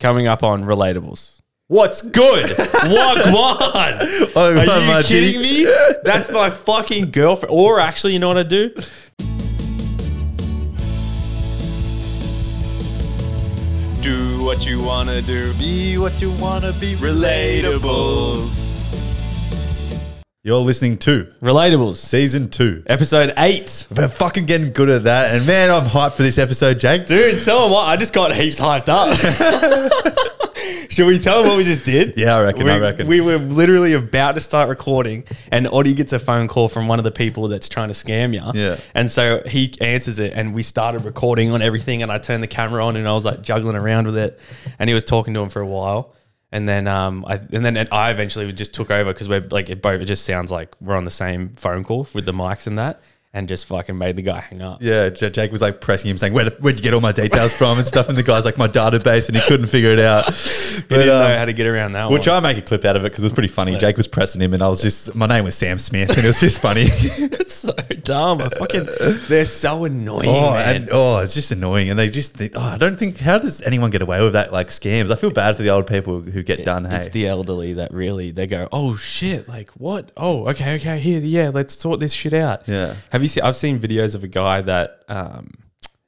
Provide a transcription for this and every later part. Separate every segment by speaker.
Speaker 1: coming up on Relatables. What's good? Wagwan. Are you kidding me? That's my fucking girlfriend.
Speaker 2: Oh,
Speaker 1: Or actually, you know what I do? Do what you wanna do. Be what you wanna be. Relatables.
Speaker 2: You're listening to
Speaker 1: Relatables.
Speaker 2: season two.
Speaker 1: Episode eight.
Speaker 2: We're fucking getting good at that, and man, I'm hyped for this episode, Jake.
Speaker 1: Dude, so am I. I just got heaps hyped up. Should we tell them what we just did?
Speaker 2: Yeah, I reckon.
Speaker 1: we,
Speaker 2: I reckon.
Speaker 1: we were literally about to start recording, and Oddy gets a phone call from one of the people that's trying to scam you.
Speaker 2: Yeah.
Speaker 1: And so he answers it, and we started recording on everything. And I turned the camera on, and I was like juggling around with it, and he was talking to him for a while. And then, um, I and then I eventually just took over because we're like it both. It just sounds like we're on the same phone call with the mics and that, and just fucking made the guy hang up.
Speaker 2: yeah, J- Jake was like pressing him, saying, Where, the- "Where'd you get all my details from and stuff?" And the guy's like, "My database," and he couldn't figure it out.
Speaker 1: He
Speaker 2: But
Speaker 1: didn't know
Speaker 2: um,
Speaker 1: how to get around that.
Speaker 2: we'll
Speaker 1: one.
Speaker 2: try and make a clip out of it because it was pretty funny. Jake was pressing him, and I was just, my name was Sam Smith, and it was just funny.
Speaker 1: It's so dumb. I fucking, they're so annoying.
Speaker 2: Oh,
Speaker 1: man.
Speaker 2: and, oh, it's just annoying, and they just think. Oh, I don't think. How does anyone get away with that? Like scams. I feel bad for the old people who get done.
Speaker 1: It's
Speaker 2: Hey,
Speaker 1: the elderly that really they go, oh shit, like what? Oh, okay, okay, here, yeah, let's sort this shit out.
Speaker 2: Yeah.
Speaker 1: Have you seen? I've seen videos of a guy that um,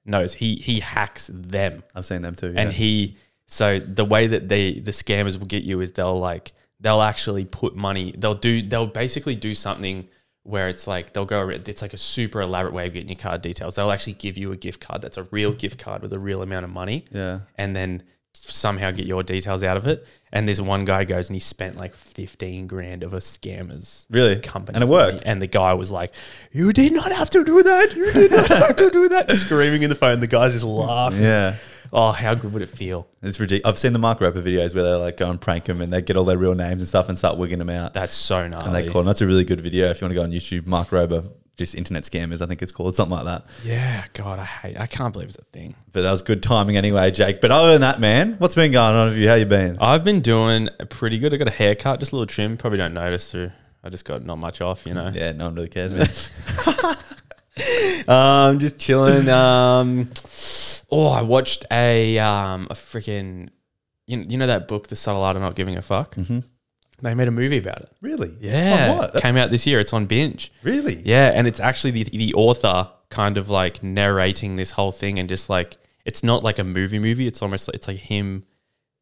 Speaker 1: knows he he hacks them,
Speaker 2: I've seen them too.
Speaker 1: and
Speaker 2: yeah.
Speaker 1: he so the way that they the scammers will get you is they'll like they'll actually put money. They'll do they'll basically do something where it's like they'll go around- it's like a super elaborate way of getting your card details. They'll actually give you a gift card that's a real gift card with a real amount of money
Speaker 2: yeah.
Speaker 1: and then somehow get your details out of it. And this one guy goes and he spent like 15 grand of a scammer's
Speaker 2: Really?
Speaker 1: company.
Speaker 2: And it worked?
Speaker 1: And the guy was like, You did not have to do that. You did not have to do that. Screaming in the phone. The guy's just laughing.
Speaker 2: Yeah.
Speaker 1: Oh, how good would it feel?
Speaker 2: It's ridiculous. I've seen the Mark Roper videos where they like go and prank them and they get all their real names and stuff and start wigging them out.
Speaker 1: That's so
Speaker 2: and
Speaker 1: gnarly.
Speaker 2: they call them. That's a really good video if you want to go on YouTube. Mark Roper, just internet scammers, I think it's called, something like that.
Speaker 1: yeah, God, I hate I can't believe it's a thing.
Speaker 2: But that was good timing anyway, Jake. But other than that, man, what's been going on with you? How you been?
Speaker 1: I've been doing pretty good. I got a haircut, just a little trim. Probably don't notice through. I just got not much off, you know.
Speaker 2: Yeah, no one really cares, man.
Speaker 1: Um, just chilling. Um, oh, I watched a um a freaking you, you know that book, The Subtle Art of Not Giving a Fuck. Mm-hmm. They made a movie about it.
Speaker 2: really?
Speaker 1: Yeah,
Speaker 2: Oh, what? That's-
Speaker 1: came out this year. It's on binge.
Speaker 2: really?
Speaker 1: Yeah, and it's actually the the author kind of like narrating this whole thing, and just like it's not like a movie movie. It's almost like, it's like him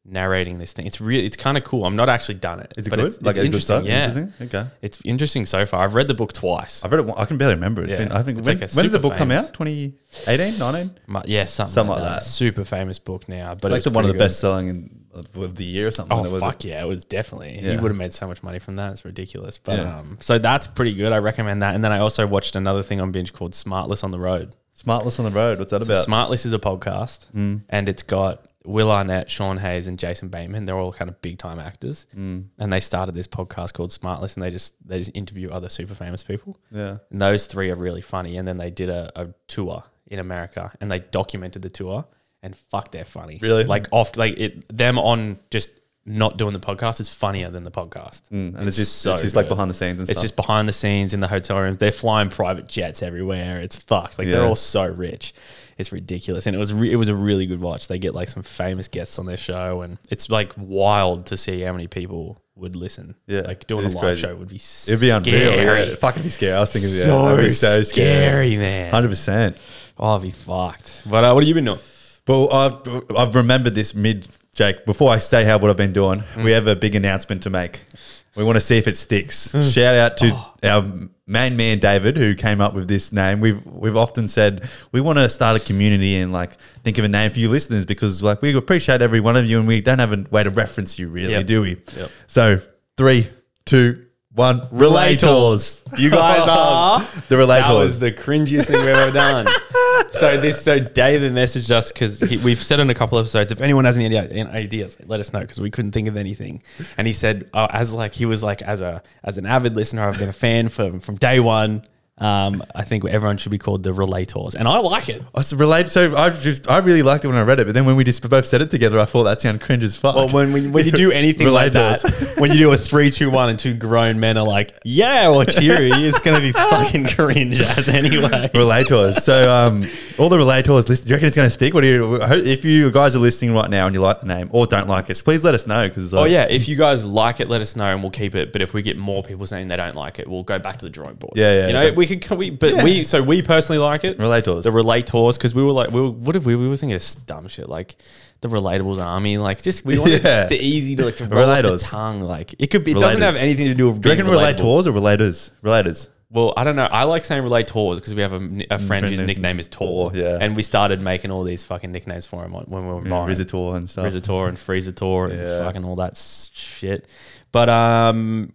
Speaker 1: narrating this thing. It's really it's kind of cool. I'm not actually done it.
Speaker 2: Is it
Speaker 1: but
Speaker 2: good?
Speaker 1: It's,
Speaker 2: like
Speaker 1: it's
Speaker 2: it's good
Speaker 1: interesting.
Speaker 2: stuff?
Speaker 1: Yeah,
Speaker 2: Interesting? Okay.
Speaker 1: it's interesting so far. I've read the book twice.
Speaker 2: I've read it. one- I can barely remember. It's
Speaker 1: Yeah.
Speaker 2: been. I think.
Speaker 1: It's
Speaker 2: when,
Speaker 1: like a
Speaker 2: when did the
Speaker 1: super
Speaker 2: book come
Speaker 1: famous-
Speaker 2: out? 2018, 19? It's
Speaker 1: My- yeah, something,
Speaker 2: Something
Speaker 1: like
Speaker 2: like
Speaker 1: that.
Speaker 2: that.
Speaker 1: Super famous book now, but
Speaker 2: like
Speaker 1: it's
Speaker 2: the, one of the
Speaker 1: pretty good.
Speaker 2: best selling in, of, of the year or something.
Speaker 1: Oh
Speaker 2: It was-
Speaker 1: fuck yeah, it was definitely. He
Speaker 2: Yeah.
Speaker 1: would have made so much money from that. It's ridiculous. But
Speaker 2: Yeah.
Speaker 1: um, so that's pretty good. I recommend that. And then I also watched another thing on binge called Smartless on the Road.
Speaker 2: Smartless on the road. What's that
Speaker 1: So
Speaker 2: about? Mm.
Speaker 1: Smartless is a podcast, and it's got Will Arnett, Sean Hayes, and Jason Bateman. They're all kind of big time actors,
Speaker 2: Mm.
Speaker 1: and they started this podcast called Smartless, and they just they just interview other super famous people.
Speaker 2: yeah.
Speaker 1: And those three are really funny. And then they did a, a tour in America and they documented the tour and fuck they're funny.
Speaker 2: Really?
Speaker 1: Like off like it them on just not doing the podcast is funnier than the podcast.
Speaker 2: Mm, and it's, just it's just like
Speaker 1: good.
Speaker 2: behind the scenes and
Speaker 1: It's
Speaker 2: stuff.
Speaker 1: just behind the scenes in the hotel rooms. They're flying private jets everywhere. It's fucked. Like they're
Speaker 2: Yeah.
Speaker 1: all so rich. It's ridiculous. And it was re- it was a really good watch. They get like some famous guests on their show and it's like wild to see how many people would listen.
Speaker 2: Yeah,
Speaker 1: Like
Speaker 2: it
Speaker 1: doing a
Speaker 2: is
Speaker 1: live
Speaker 2: crazy.
Speaker 1: show would be
Speaker 2: It'd be unreal.
Speaker 1: scary.
Speaker 2: Yeah. Fucking be scary. I was thinking, yeah,
Speaker 1: so,
Speaker 2: that'd be
Speaker 1: scary,
Speaker 2: so scary.
Speaker 1: man.
Speaker 2: Hundred percent.
Speaker 1: Oh, I'll be fucked. But uh, what have you been doing?
Speaker 2: But I've, I've remembered this mid, Jake. Before I say how what I've been doing,
Speaker 1: Mm.
Speaker 2: we have a big announcement to make. We want to see if it sticks.
Speaker 1: Mm.
Speaker 2: Shout out to
Speaker 1: Oh.
Speaker 2: our main man David, who came up with this name. We've we've often said we want to start a community and like think of a name for you listeners because like we appreciate every one of you and we don't have a way to reference you really,
Speaker 1: Yep.
Speaker 2: do we?
Speaker 1: Yep.
Speaker 2: So three, two, one. Relators.
Speaker 1: You guys are-
Speaker 2: the
Speaker 1: That was
Speaker 2: relators.
Speaker 1: the cringiest thing we've ever done. so this, so David messaged us because we've said in a couple episodes, if anyone has any idea, any ideas, let us know because we couldn't think of anything. And he said, uh, as like he was like as a as an avid listener, I've been a fan from from day one. Um, I think everyone should be called the relators, and I like it.
Speaker 2: I s- relate. So I just I really liked it when I read it, but then when we just both said it together, I thought that sounded cringe as fuck.
Speaker 1: But when, when, when you do anything like that,
Speaker 2: Relators.
Speaker 1: when you do a three, two, one, and two grown men are like, yeah, or cheery, it's going to be fucking cringe as anyway.
Speaker 2: Relators. So um, all the relators listening, do you reckon it's going to stick? What do you? I hope- If you guys are listening right now and you like the name or don't like us, please let us know uh, because
Speaker 1: Oh yeah, if you guys like it, let us know and we'll keep it. But if we get more people saying they don't like it, we'll go back to the drawing board.
Speaker 2: Yeah, yeah,
Speaker 1: You know, we
Speaker 2: but-
Speaker 1: could can we but
Speaker 2: Yeah.
Speaker 1: we so we personally like it.
Speaker 2: Relators.
Speaker 1: The relators because we were like we were, what if we we were thinking of dumb shit like the relatables army like just we want
Speaker 2: Yeah.
Speaker 1: it to easy to like to roll off the
Speaker 2: Relators.
Speaker 1: tongue like it could be it doesn't
Speaker 2: Relators.
Speaker 1: have anything to do with
Speaker 2: do you reckon
Speaker 1: being relatable.
Speaker 2: relators or relators? Relators.
Speaker 1: Well, I don't know. I like saying relators because we have a, ni- a friend whose
Speaker 2: named
Speaker 1: nickname is Tor.
Speaker 2: Tor, yeah.
Speaker 1: And we started making all these fucking nicknames for him on, when we were buying.
Speaker 2: Visitor and stuff.
Speaker 1: Rizator and Freezator and
Speaker 2: Oh. Yeah.
Speaker 1: fucking all that s- shit. But um,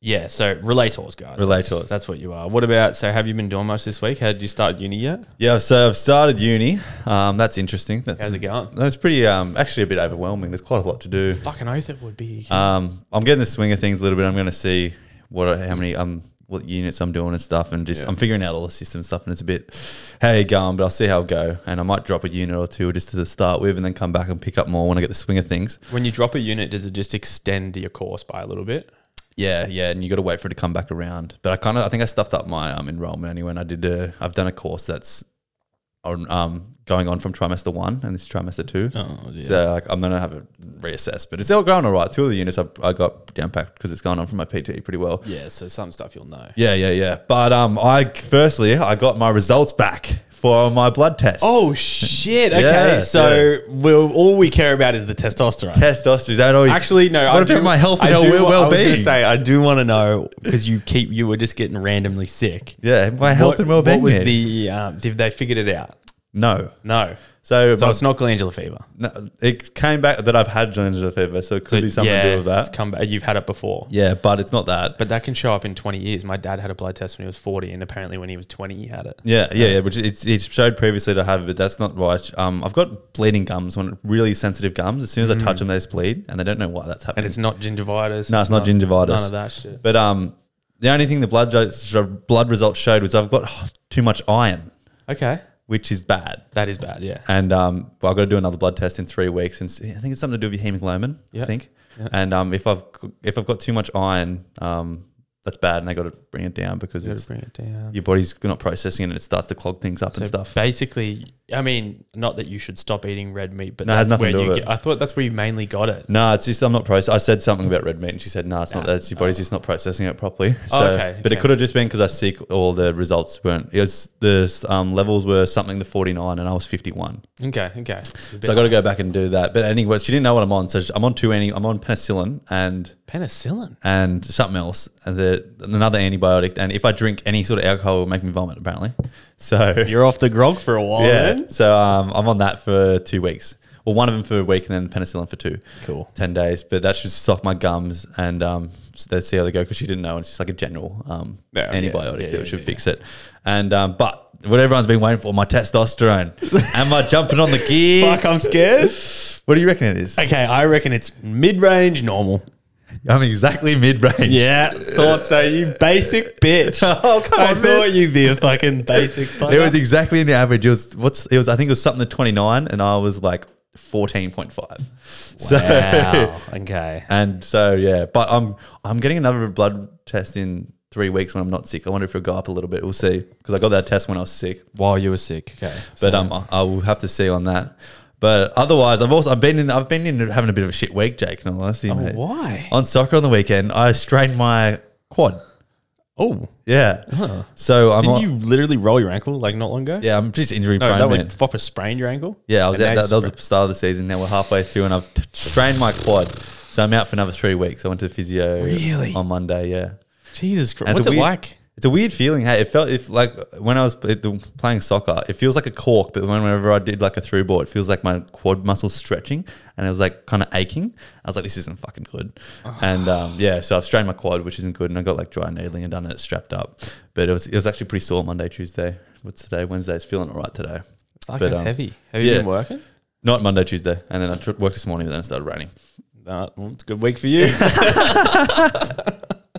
Speaker 1: yeah. So relators, guys. That's-
Speaker 2: Relators.
Speaker 1: That's what you are. What about? So have you been doing much this week? How did you start uni yet?
Speaker 2: Yeah, so I've started uni. Um, that's interesting. That's,
Speaker 1: How's it going?
Speaker 2: That's pretty, um, actually a bit overwhelming. There's quite a lot to do.
Speaker 1: Fucking oath it would be.
Speaker 2: Um, I'm getting the swing of things a little bit. I'm going to see what I- how many um what units I'm doing and stuff, and just I'm figuring out all the system stuff, and it's a bit how you going, but I'll see how it go, and I might drop a unit or two just to start with, and then come back and pick up more when I get the swing of things.
Speaker 1: when you drop a unit, does it just extend your course by a little bit?
Speaker 2: Yeah, yeah, and you got to wait for it to come back around. But I kind of I think I stuffed up my um enrollment anyway. And I did a I've done a course that's on um going on from trimester one, and this is trimester two.
Speaker 1: Oh, yeah.
Speaker 2: So like, I'm gonna have it reassessed, but it's all going all right. Two of the units I've, I got down packed because it's going on from my PT pretty well.
Speaker 1: Yeah. So some stuff you'll know.
Speaker 2: Yeah, yeah, yeah. But um, I firstly I got my results back for my blood test.
Speaker 1: Oh shit! Okay,
Speaker 2: Yeah,
Speaker 1: so we'll, all we care about is the testosterone.
Speaker 2: testosterone is that all? You,
Speaker 1: Actually, no.
Speaker 2: What about my health and
Speaker 1: I do wa-
Speaker 2: well
Speaker 1: I was gonna
Speaker 2: being?
Speaker 1: say I do want to know because you keep you were just getting randomly sick.
Speaker 2: Yeah, my health
Speaker 1: What-
Speaker 2: and well being.
Speaker 1: What was the? Um, did they figured it out?
Speaker 2: no?
Speaker 1: No.
Speaker 2: So,
Speaker 1: So
Speaker 2: my-
Speaker 1: it's not glandular fever.
Speaker 2: no, it came back that I've had glandular fever, so it could be something
Speaker 1: yeah,
Speaker 2: to do with
Speaker 1: It's
Speaker 2: that.
Speaker 1: come back. You've had it before.
Speaker 2: Yeah, but it's not that.
Speaker 1: But that can show up in 20 years. My dad had a blood test when he was 40, and apparently when he was 20, he had it.
Speaker 2: Yeah, yeah, yeah. Which it's, it showed previously to have, but that's not right. Um, I've got bleeding gums, one really sensitive gums. As soon as I touch them, they just bleed, and they don't know why that's happening.
Speaker 1: Mm. And it's not gingivitis.
Speaker 2: No, it's not gingivitis.
Speaker 1: None of that shit.
Speaker 2: But um, the only thing the blood jo- blood results showed was I've got too much iron,
Speaker 1: Okay.
Speaker 2: which is bad.
Speaker 1: That is bad. Yeah.
Speaker 2: And um, well, I've got to do another blood test in three weeks, and s- I think it's something to do with your hemoglobin.
Speaker 1: Yeah.
Speaker 2: I think. And um, if I've c- if I've got too much iron, um, that's bad, and I got to bring it down because
Speaker 1: Gotta
Speaker 2: it's,
Speaker 1: bring it down.
Speaker 2: your body's not processing it, and it starts to clog things up and
Speaker 1: So
Speaker 2: stuff.
Speaker 1: Basically, I mean, not that you should stop eating red meat, but
Speaker 2: No, it has
Speaker 1: that's where
Speaker 2: nothing to do
Speaker 1: you
Speaker 2: with
Speaker 1: get,
Speaker 2: it.
Speaker 1: I thought that's where you mainly got it.
Speaker 2: No, it's just I'm not processing. I said something about red meat, and she said, "No, it's not that. It's your body's just not processing it properly." So,
Speaker 1: Oh, okay,
Speaker 2: but
Speaker 1: okay.
Speaker 2: it could have just been because I sick. All the results weren't. It was the um, levels were something to 49, and I was 51.
Speaker 1: Okay, okay.
Speaker 2: So I got to go back and do that. But anyway, she didn't know what I'm on. So she- I'm on two anti. I'm on penicillin and
Speaker 1: penicillin.
Speaker 2: and something else, and the, another antibiotic. And if I drink any sort of alcohol, it will make me vomit. Apparently, so
Speaker 1: You're off the grog for a while.
Speaker 2: yeah.
Speaker 1: Then.
Speaker 2: So um, I'm on that for two weeks. Well, one of them for a week and then penicillin for two.
Speaker 1: Cool.
Speaker 2: 10 days. But that should stock my gums and um, s- let's see how they go because she didn't know. And it's just like a general um,
Speaker 1: Yeah, yeah,
Speaker 2: antibiotic
Speaker 1: yeah,
Speaker 2: that
Speaker 1: yeah,
Speaker 2: should
Speaker 1: yeah,
Speaker 2: fix it. And um, But what everyone's been waiting for, my testosterone. Am I jumping on the gear?
Speaker 1: I'm scared.
Speaker 2: What do you reckon it is?
Speaker 1: Okay, I reckon it's mid-range normal.
Speaker 2: I'm exactly mid range.
Speaker 1: Yeah, thought so. You basic bitch.
Speaker 2: Oh, come
Speaker 1: I
Speaker 2: on,
Speaker 1: thought you'd be a fucking basic.
Speaker 2: It was exactly in the average. It was what's it was. I think it was something to twenty nine, and I was like fourteen point five. So
Speaker 1: wow. Okay.
Speaker 2: And so yeah, but I'm I'm getting another blood test in three weeks when I'm not sick. I wonder if it'll go up a little bit. We'll see because I got that test when I was sick.
Speaker 1: While you were sick. Okay.
Speaker 2: But um, I- I will have to see on that. But otherwise, I've also I've been in I've been in having a bit of a shit week, Jake. And honesty, mate.
Speaker 1: Oh, why?
Speaker 2: On soccer on the weekend, I strained my quad.
Speaker 1: Oh,
Speaker 2: Yeah. So I'm
Speaker 1: didn't
Speaker 2: not,
Speaker 1: you literally roll your ankle like not long ago?
Speaker 2: yeah I'm just injury
Speaker 1: No,
Speaker 2: prone.
Speaker 1: that
Speaker 2: man.
Speaker 1: would fopper sprain your ankle.
Speaker 2: Yeah, I was
Speaker 1: And now
Speaker 2: out, that,
Speaker 1: you
Speaker 2: that was the
Speaker 1: sprain-
Speaker 2: start of the season. Now we're halfway through, and I've t- strained my quad, so I'm out for another three weeks. I went to the physio
Speaker 1: Really?
Speaker 2: on Monday. Yeah,
Speaker 1: Jesus Christ.
Speaker 2: That's
Speaker 1: What's
Speaker 2: a
Speaker 1: it
Speaker 2: weird-
Speaker 1: like?
Speaker 2: It's a weird feeling. Hey, it felt if like when I was p- playing soccer, it feels like a cork. But whenever I did like a through ball, it feels like my quad muscles stretching, and it was like kind of aching. I was like, this isn't fucking good. And um, yeah, so I've strained my quad, which isn't good, and I got like dry needling and done it strapped up. But it was it was actually pretty sore Monday, Tuesday. What's today? Wednesday. It's feeling all right today.
Speaker 1: Fuck,
Speaker 2: But,
Speaker 1: that's
Speaker 2: um,
Speaker 1: heavy. Have you
Speaker 2: yeah.
Speaker 1: been working?
Speaker 2: Not Monday, Tuesday, and then I tr- worked this morning, but then it started raining.
Speaker 1: Nah, well, it's a good week for you.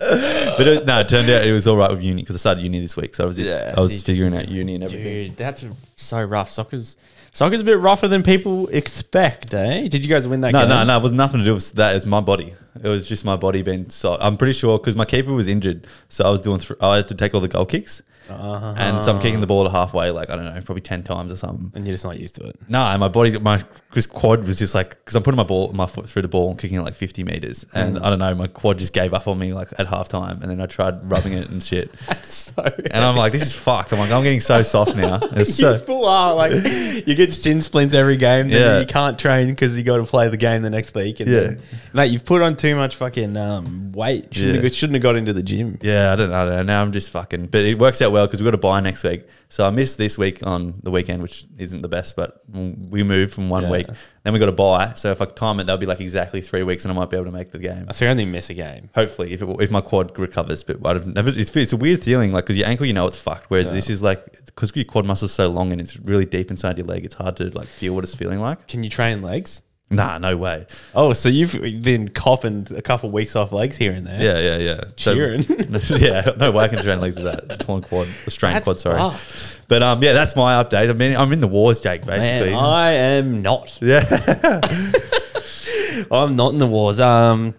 Speaker 2: But it, no, it turned out it was all right with uni because I started uni this week, so I was just,
Speaker 1: Yeah,
Speaker 2: I
Speaker 1: see,
Speaker 2: was
Speaker 1: just-
Speaker 2: figuring out uni and everything.
Speaker 1: Dude, that's so rough. Soccer's soccer's a bit rougher than people expect, eh? Did you guys win that
Speaker 2: No,
Speaker 1: game?
Speaker 2: no, no. It was nothing to do with that. It's my body. It was just my body being so. I'm pretty sure because my keeper was injured, so I was doing. Th- I had to take all the goal kicks, And so I'm kicking the ball to halfway, like, I don't know, probably 10 times or something.
Speaker 1: and you're just not used to it.
Speaker 2: No, and my body, my this quad was just like because I'm putting my ball, my foot through the ball and kicking it like 50 meters, and I don't know, my quad just gave up on me like at halftime, and then I tried rubbing it and shit,
Speaker 1: That's so.
Speaker 2: and I'm like, this is fucked. I'm like, I'm getting so soft now. It's
Speaker 1: you
Speaker 2: so,
Speaker 1: full are like you get shin splints every game. Then
Speaker 2: Yeah.
Speaker 1: you can't train because you got to play the game the next week. And
Speaker 2: Yeah.
Speaker 1: then, mate, you've put on too much fucking um, weight. Shouldn't,
Speaker 2: Yeah.
Speaker 1: have, shouldn't have got into the gym.
Speaker 2: yeah, I don't, I don't know. Now I'm just fucking, but it works out well because we got a buy next week, so I missed this week on the weekend, which isn't the best, but we moved from one
Speaker 1: Yeah.
Speaker 2: week, then we got a buy, so if I time it, that'll be like exactly three weeks, and I might be able to make the game.
Speaker 1: I certainly miss a game.
Speaker 2: Hopefully, if, it, if my quad recovers, but I've never. It's, it's a weird feeling, like because your ankle, you know, it's fucked. Whereas this is like because your quad muscle's so long and it's really deep inside your leg, it's hard to like feel what it's feeling like.
Speaker 1: Can you train legs?
Speaker 2: Nah, no way.
Speaker 1: Oh, so you've been coughing a couple weeks off legs here and there.
Speaker 2: Yeah, yeah, yeah. So,
Speaker 1: Cheering.
Speaker 2: yeah, no way I can train legs with that. It's torn quad, a strained
Speaker 1: That's
Speaker 2: quad. Sorry,
Speaker 1: fucked.
Speaker 2: but um, yeah, that's my update. I mean, I'm in the wars, Jake. Basically,
Speaker 1: Man, I am not.
Speaker 2: yeah.
Speaker 1: I'm not in the wars. Um,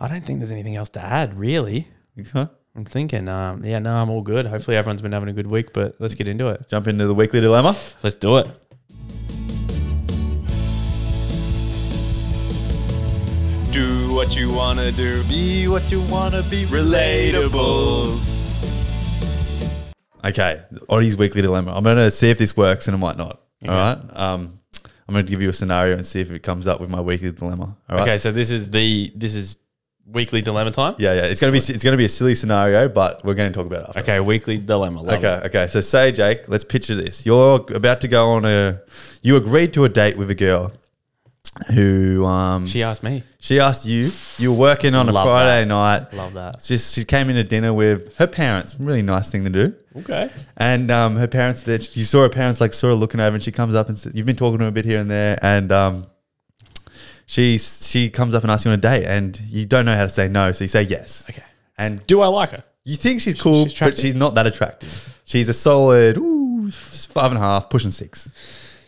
Speaker 1: I don't think there's anything else to add, really.
Speaker 2: Huh?
Speaker 1: I'm thinking, um, yeah, no, I'm all good. Hopefully, everyone's been having a good week, but let's get into it.
Speaker 2: Jump into the weekly dilemma.
Speaker 1: Let's do it.
Speaker 3: Do what you wanna do. Be what you wanna be. Relatables.
Speaker 2: Okay, Oddie's weekly dilemma. I'm going to see if this works, and it might not. All right. Um, I'm going to give you a scenario and see if it comes up with my weekly dilemma. All right.
Speaker 1: Okay, so this is the this is weekly dilemma time.
Speaker 2: Yeah, yeah. It's going to be it's going to be a silly scenario, but we're going to talk about it after.
Speaker 1: Okay, weekly dilemma. Love
Speaker 2: Okay, okay. So say, Jake, let's picture this. You're about to go on a. You agreed to a date with a girl, who um
Speaker 1: it.
Speaker 2: she,
Speaker 1: She asked me.
Speaker 2: asked you. You were working on a
Speaker 1: Love
Speaker 2: Friday
Speaker 1: that.
Speaker 2: night.
Speaker 1: Love that.
Speaker 2: Just she came in to dinner with her parents. Really nice thing to do.
Speaker 1: Okay.
Speaker 2: And um, her parents, that you saw her parents like sort of looking over, and she comes up and says, "You've been talking to her a bit here and there." And um, she she comes up and asks you on a date, and you don't know how to say no, so you say yes.
Speaker 1: Okay.
Speaker 2: And
Speaker 1: Do I like her?
Speaker 2: you think she's
Speaker 1: she's
Speaker 2: cool, but
Speaker 1: attractive?
Speaker 2: she's not that attractive. She's a solid ooh, five and a half, pushing six.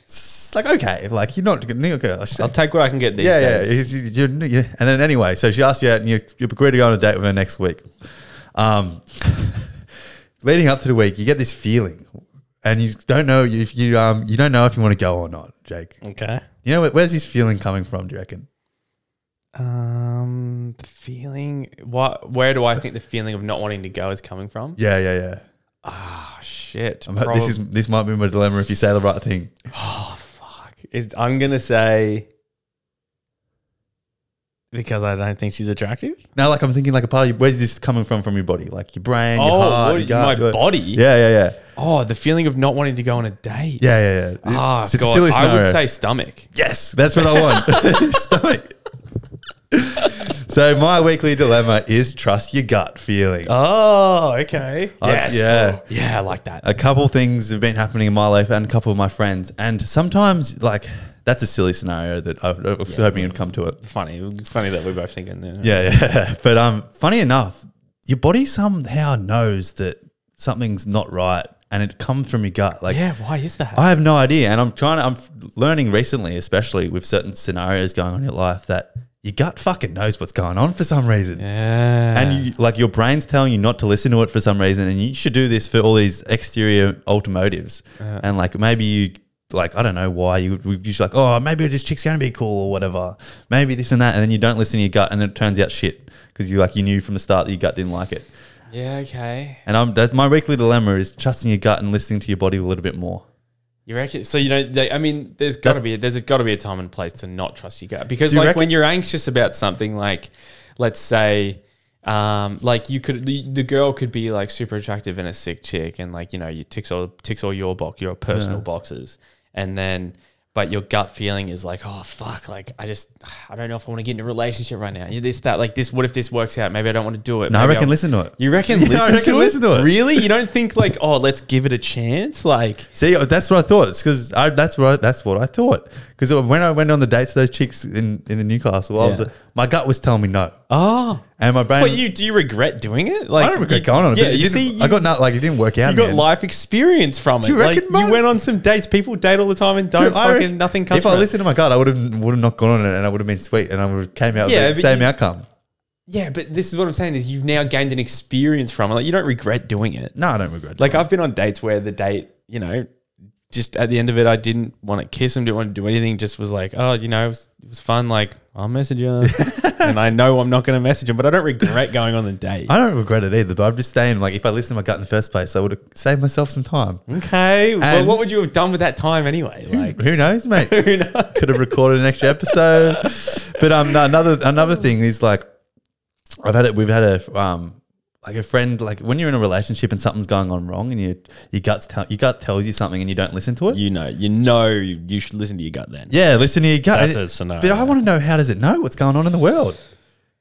Speaker 2: It's like okay, like you're not gonna.
Speaker 1: I'll take what I can get these
Speaker 2: Yeah,
Speaker 1: days.
Speaker 2: yeah. You- you- you- you- And then anyway, so she asked you out, and you you agree to go on a date with her next week. Um, leading up to the week, you get this feeling, and you don't know if you um you don't know if you want to go or not, Jake.
Speaker 1: Okay.
Speaker 2: You know where's this feeling coming from? Do you reckon?
Speaker 1: Um, the feeling. What? Where do I think the feeling of not wanting to go is coming from?
Speaker 2: Yeah, yeah, yeah.
Speaker 1: Oh shit.
Speaker 2: I'm, ho- this is this might be my dilemma if you say the right thing.
Speaker 1: oh, Fuck. Is, I'm gonna say because I don't think she's attractive.
Speaker 2: Now, like I'm thinking, like a part of you, where's this coming from from your body? Like your brain, your heart,
Speaker 1: Oh, what-
Speaker 2: your gut,
Speaker 1: my
Speaker 2: your-
Speaker 1: body.
Speaker 2: Yeah, yeah, yeah,
Speaker 1: Oh, the feeling of not wanting to go on a date.
Speaker 2: yeah, yeah, yeah.
Speaker 1: Ah,
Speaker 2: It's- it's a
Speaker 1: God.
Speaker 2: silly
Speaker 1: I would
Speaker 2: scenario.
Speaker 1: say stomach.
Speaker 2: Yes, that's what I want. Stomach. so my weekly dilemma is trust your gut feeling.
Speaker 1: Oh, okay. Yes.
Speaker 2: yeah.
Speaker 1: Oh, yeah, I like that.
Speaker 2: A couple things have been happening in my life and a couple of my friends, and sometimes like that's a silly scenario that I I was hoping you'd come to it.
Speaker 1: funny. Funny that we're both thinking. Yeah.
Speaker 2: Yeah, yeah. But um, funny enough, your body somehow knows that something's not right, and it comes from your gut. Like
Speaker 1: Yeah, Why is that?
Speaker 2: I have no idea, and I'm trying to. I'm f- learning recently, especially with certain scenarios going on in your life, that your gut fucking knows what's going on for some reason,
Speaker 1: yeah.
Speaker 2: and you, like your brain's telling you not to listen to it for some reason, and you should do this for all these exterior automotives, and like maybe you. Like I don't know why you you just like oh maybe this chick's gonna be cool or whatever maybe this and that and then you don't listen to your gut and it turns out shit because you like you knew from the start that your gut didn't like it
Speaker 1: yeah. Okay.
Speaker 2: and I'm that's my weekly dilemma is trusting your gut and listening to your body a little bit more
Speaker 1: You reckon? So you know, they, I mean, there's got to
Speaker 2: That's-
Speaker 1: be there's got to be a time and place to not trust your gut because
Speaker 2: Do you
Speaker 1: like
Speaker 2: reckon-
Speaker 1: when you're anxious about something, like let's say, um, like you could the, the girl could be like super attractive and a sick chick, and like you know you ticks all ticks all your box your personal boxes, and then but your gut feeling is like oh fuck like I just I don't know if I want to get in a relationship right now. This that like this what if this works out? Maybe I don't want to do it.
Speaker 2: No, I
Speaker 1: Maybe
Speaker 2: reckon listen to it.
Speaker 1: You reckon
Speaker 2: Yeah, I
Speaker 1: listen
Speaker 2: reckon
Speaker 1: to
Speaker 2: listen
Speaker 1: it?
Speaker 2: to it.
Speaker 1: Really? You don't think like oh let's give it a chance like.
Speaker 2: See, uh, that's what I thought. It's because that's what I, that's what I thought. Because when I went on the dates with those chicks in in the Newcastle, I was
Speaker 1: Yeah.
Speaker 2: like, my gut was telling me no,
Speaker 1: Oh,
Speaker 2: and my brain.
Speaker 1: But you do you regret doing it? Like
Speaker 2: I don't regret
Speaker 1: you-
Speaker 2: going on. it,
Speaker 1: Yeah,
Speaker 2: but it
Speaker 1: you
Speaker 2: didn't-
Speaker 1: see, you,
Speaker 2: I got not like it didn't work out.
Speaker 1: you got
Speaker 2: man.
Speaker 1: life experience from it.
Speaker 2: you
Speaker 1: like,
Speaker 2: reckon, mate?
Speaker 1: you went on some dates. People date all the time and don't
Speaker 2: Dude, I
Speaker 1: fucking
Speaker 2: reckon-
Speaker 1: nothing comes.
Speaker 2: If I
Speaker 1: from it.
Speaker 2: listened to my gut, I would have would have not gone on it, and I would have been sweet, and I would have came out
Speaker 1: Yeah,
Speaker 2: with the
Speaker 1: but
Speaker 2: same
Speaker 1: you-
Speaker 2: outcome.
Speaker 1: Yeah, but this is what I'm saying is you've now gained an experience from it. Like you don't regret doing it.
Speaker 2: No, I don't regret.
Speaker 1: Like
Speaker 2: that.
Speaker 1: I've been on dates where the date, you know, just at the end of it, I didn't want to kiss him, didn't want to do anything. Just was like, oh, you know, it was, it was fun. Like I'll message him, and I know I'm not going to message him, but I don't regret going on the date.
Speaker 2: I don't regret it either. But I'm just saying, like, if I listened to my gut in the first place, I would have saved myself some time.
Speaker 1: Okay, well,
Speaker 2: And-
Speaker 1: what would you have done with that time anyway? Like,
Speaker 2: Who knows, mate?
Speaker 1: who knows?
Speaker 2: could have recorded an extra episode. but um, no, another another thing is like, I've had it. We've had a um, like a friend. Like when you're in a relationship and something's going on wrong, and you your guts tell your gut tells you something, and you don't listen to it.
Speaker 1: You know, you know, you should listen to your gut then.
Speaker 2: yeah, listen to your gut.
Speaker 1: That's
Speaker 2: And-
Speaker 1: a scenario.
Speaker 2: But I want to know how does it know what's going on in the world?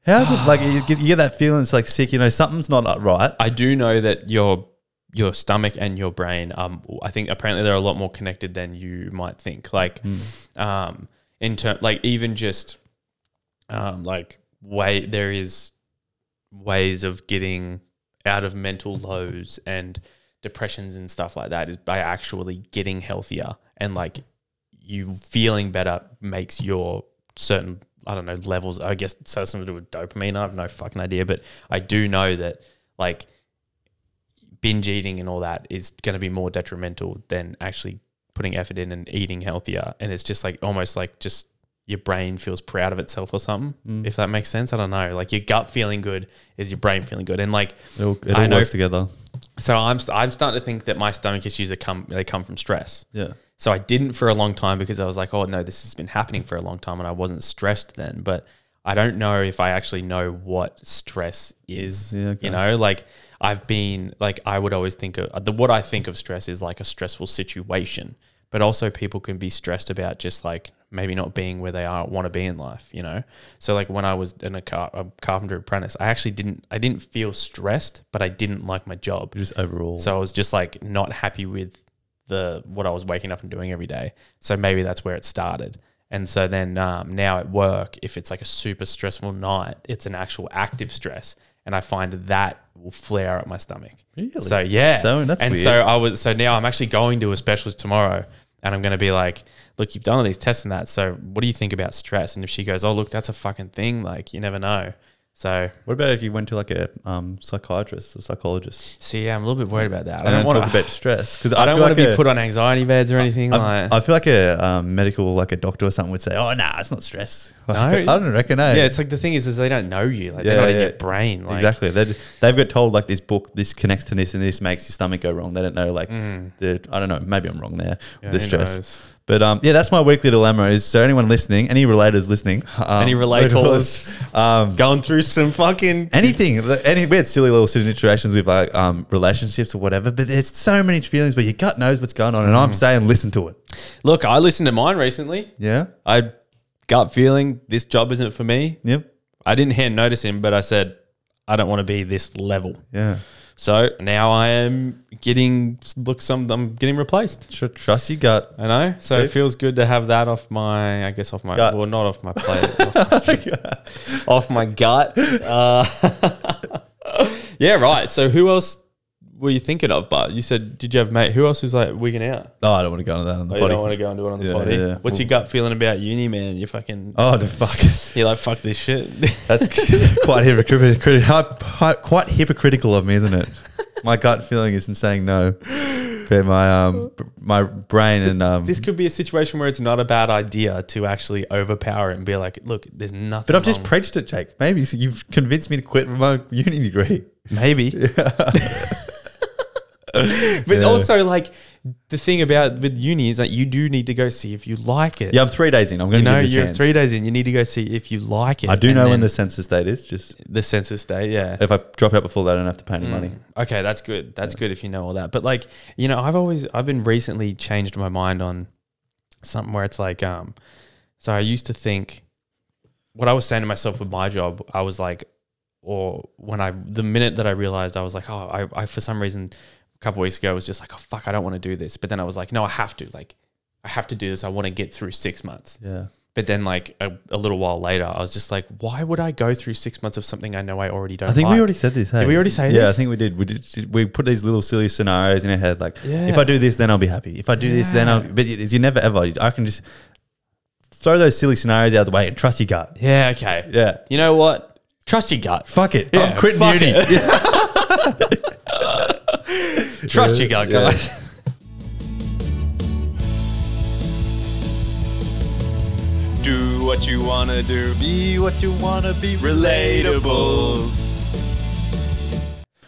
Speaker 2: How does it like you get, you get that feeling? It's like sick. You know something's not uh, right.
Speaker 1: I do know that your your stomach and your brain um I think apparently they're a lot more connected than you might think like um in term like even just um like way there is ways of getting out of mental lows and depressions and stuff like that is by actually getting healthier and like you feeling better makes your certain I don't know levels. I guess it has something to do with dopamine. I have no fucking idea, but I do know that like binge eating and all that is going to be more detrimental than actually putting effort in and eating healthier. And it's just like almost like just your brain feels proud of itself or something.
Speaker 2: Mm.
Speaker 1: If that makes sense, I don't know. Like your gut feeling good is your brain feeling good, and like
Speaker 2: It all, it
Speaker 1: I
Speaker 2: all
Speaker 1: know-
Speaker 2: works together.
Speaker 1: so I'm I'm starting to think that my stomach issues are come they come from stress.
Speaker 2: Yeah.
Speaker 1: So I didn't for a long time because I was like, oh no, this has been happening for a long time and I wasn't stressed then. But I don't know if I actually know what stress is.
Speaker 2: Yeah, okay.
Speaker 1: You know, like I've been like I would always think of the what I think of stress is like a stressful situation. But also people can be stressed about just like maybe not being where they are want to be in life, you know. So like when I was in a, car, a carpenter apprentice, I actually didn't I didn't feel stressed, but I didn't like my job.
Speaker 2: Just overall.
Speaker 1: So I was just like not happy with the what I was waking up and doing every day. So maybe that's where it started. And so then um, now at work, if it's like a super stressful night, it's an actual active stress, and I find that will flare up my stomach.
Speaker 2: Really?
Speaker 1: So yeah.
Speaker 2: So that's
Speaker 1: and
Speaker 2: weird.
Speaker 1: so I was so now I'm actually going to a specialist tomorrow. And I'm going to be like, look, you've done all these tests and that. So, what do you think about stress? And if she goes, oh, look, that's a fucking thing. Like, you never know. So,
Speaker 2: what about if you went to like a um, psychiatrist or psychologist?
Speaker 1: see, yeah, I'm a little bit worried about that. I
Speaker 2: And
Speaker 1: don't want
Speaker 2: talk
Speaker 1: to
Speaker 2: about stress because
Speaker 1: I don't want to be put on anxiety beds or anything.
Speaker 2: I,
Speaker 1: like,
Speaker 2: I feel like a um, medical, like a doctor or something, would say, "Oh, nah, it's not stress." I don't reckon. Eh?
Speaker 1: yeah, it's like the thing is, is they don't know you. Like
Speaker 2: Yeah,
Speaker 1: they're not in
Speaker 2: yeah.
Speaker 1: your brain. Like,
Speaker 2: exactly. They'd, they've got told like this book, this connects to this, and this makes your stomach go wrong. They don't know, like the I don't know. Maybe I'm wrong there.
Speaker 1: Mm. Yeah,
Speaker 2: the
Speaker 1: who
Speaker 2: stress.
Speaker 1: knows?
Speaker 2: But um, yeah, that's my weekly dilemma. Is so anyone listening, any relators listening, um,
Speaker 1: Any relators?
Speaker 2: um,
Speaker 1: Going through some fucking.
Speaker 2: anything, like, any we had silly little situations with like um, relationships or whatever. But there's so many feelings, but your gut knows what's going on, and
Speaker 1: Mm.
Speaker 2: I'm saying listen to it.
Speaker 1: Look, I listened to mine recently.
Speaker 2: Yeah.
Speaker 1: I gut feeling this job isn't for me.
Speaker 2: Yep.
Speaker 1: I didn't hand notice him, but I said I don't want to be this level.
Speaker 2: Yeah.
Speaker 1: So now I am getting look some. I'm getting replaced.
Speaker 2: Tr- trust your gut.
Speaker 1: I know. So
Speaker 2: See?
Speaker 1: it feels good to have that off my. I guess off my.
Speaker 2: Gut.
Speaker 1: Well, not off my plate. off, my, off my gut. Uh, yeah. Right. So who else? were you thinking of? But you said, did you have mate? Who else is like wigging out?
Speaker 2: Oh, I don't want to go into that on the
Speaker 1: Oh, you
Speaker 2: body.
Speaker 1: don't want to go and do it on the
Speaker 2: Yeah,
Speaker 1: potty.
Speaker 2: yeah.
Speaker 1: What's your gut feeling about uni, man? You fucking,
Speaker 2: Oh, the fuck.
Speaker 1: you're like, fuck this shit.
Speaker 2: That's quite hypocritical. Quite hypocritical of me, isn't it? My gut feeling isn't saying no, but my um, b- my brain and um.
Speaker 1: this could be a situation where it's not a bad idea to actually overpower it and be like, look, there's nothing.
Speaker 2: But I've just
Speaker 1: wrong.
Speaker 2: preached it, Jake. Maybe you've convinced me to quit my uni degree.
Speaker 1: Maybe. but
Speaker 2: Yeah.
Speaker 1: also, like, the thing about with uni is that you do need to go see if you like it.
Speaker 2: Yeah, I'm three days in. I'm going
Speaker 1: You
Speaker 2: to
Speaker 1: know,
Speaker 2: give it a
Speaker 1: you're
Speaker 2: chance.
Speaker 1: three days in. You need to go see if you like it.
Speaker 2: I do
Speaker 1: And
Speaker 2: know when
Speaker 1: then
Speaker 2: the census date is. Just
Speaker 1: the census day. Yeah.
Speaker 2: if I drop out before that, I don't have to pay
Speaker 1: Mm.
Speaker 2: any money.
Speaker 1: Okay, that's good. That's good if you know all that. But like, you know, I've always I've been recently changed my mind on something where it's like, um, so I used to think what I was saying to myself with my job, I was like, or when I the minute that I realized I was like, oh, I, I for some reason a couple weeks ago I was just like, oh fuck, I don't want to do this. But then I was like, no, I have to. Like, I have to do this. I want to get through six months.
Speaker 2: Yeah,
Speaker 1: But then like a, a little while later, I was just like, why would I go through six months of something I know I already don't?
Speaker 2: I think
Speaker 1: like?
Speaker 2: we already said this. Hey?
Speaker 1: we already say
Speaker 2: Yeah, I
Speaker 1: this?
Speaker 2: think we did. We did. We put these little silly scenarios in our head, like
Speaker 1: Yeah.
Speaker 2: if I do this, then I'll be happy. If I do this, then I'll. But it is you never ever. I can just throw those silly scenarios out of the way and trust your gut.
Speaker 1: Yeah. Okay.
Speaker 2: Yeah,
Speaker 1: You know what? Trust your gut.
Speaker 2: Fuck it.
Speaker 1: Yeah,
Speaker 2: I'm quitting
Speaker 1: fuck
Speaker 2: uni.
Speaker 1: Trust your gut,
Speaker 2: Yeah.
Speaker 1: guys.
Speaker 3: Do what you wanna do. Be what you wanna be. Relatables.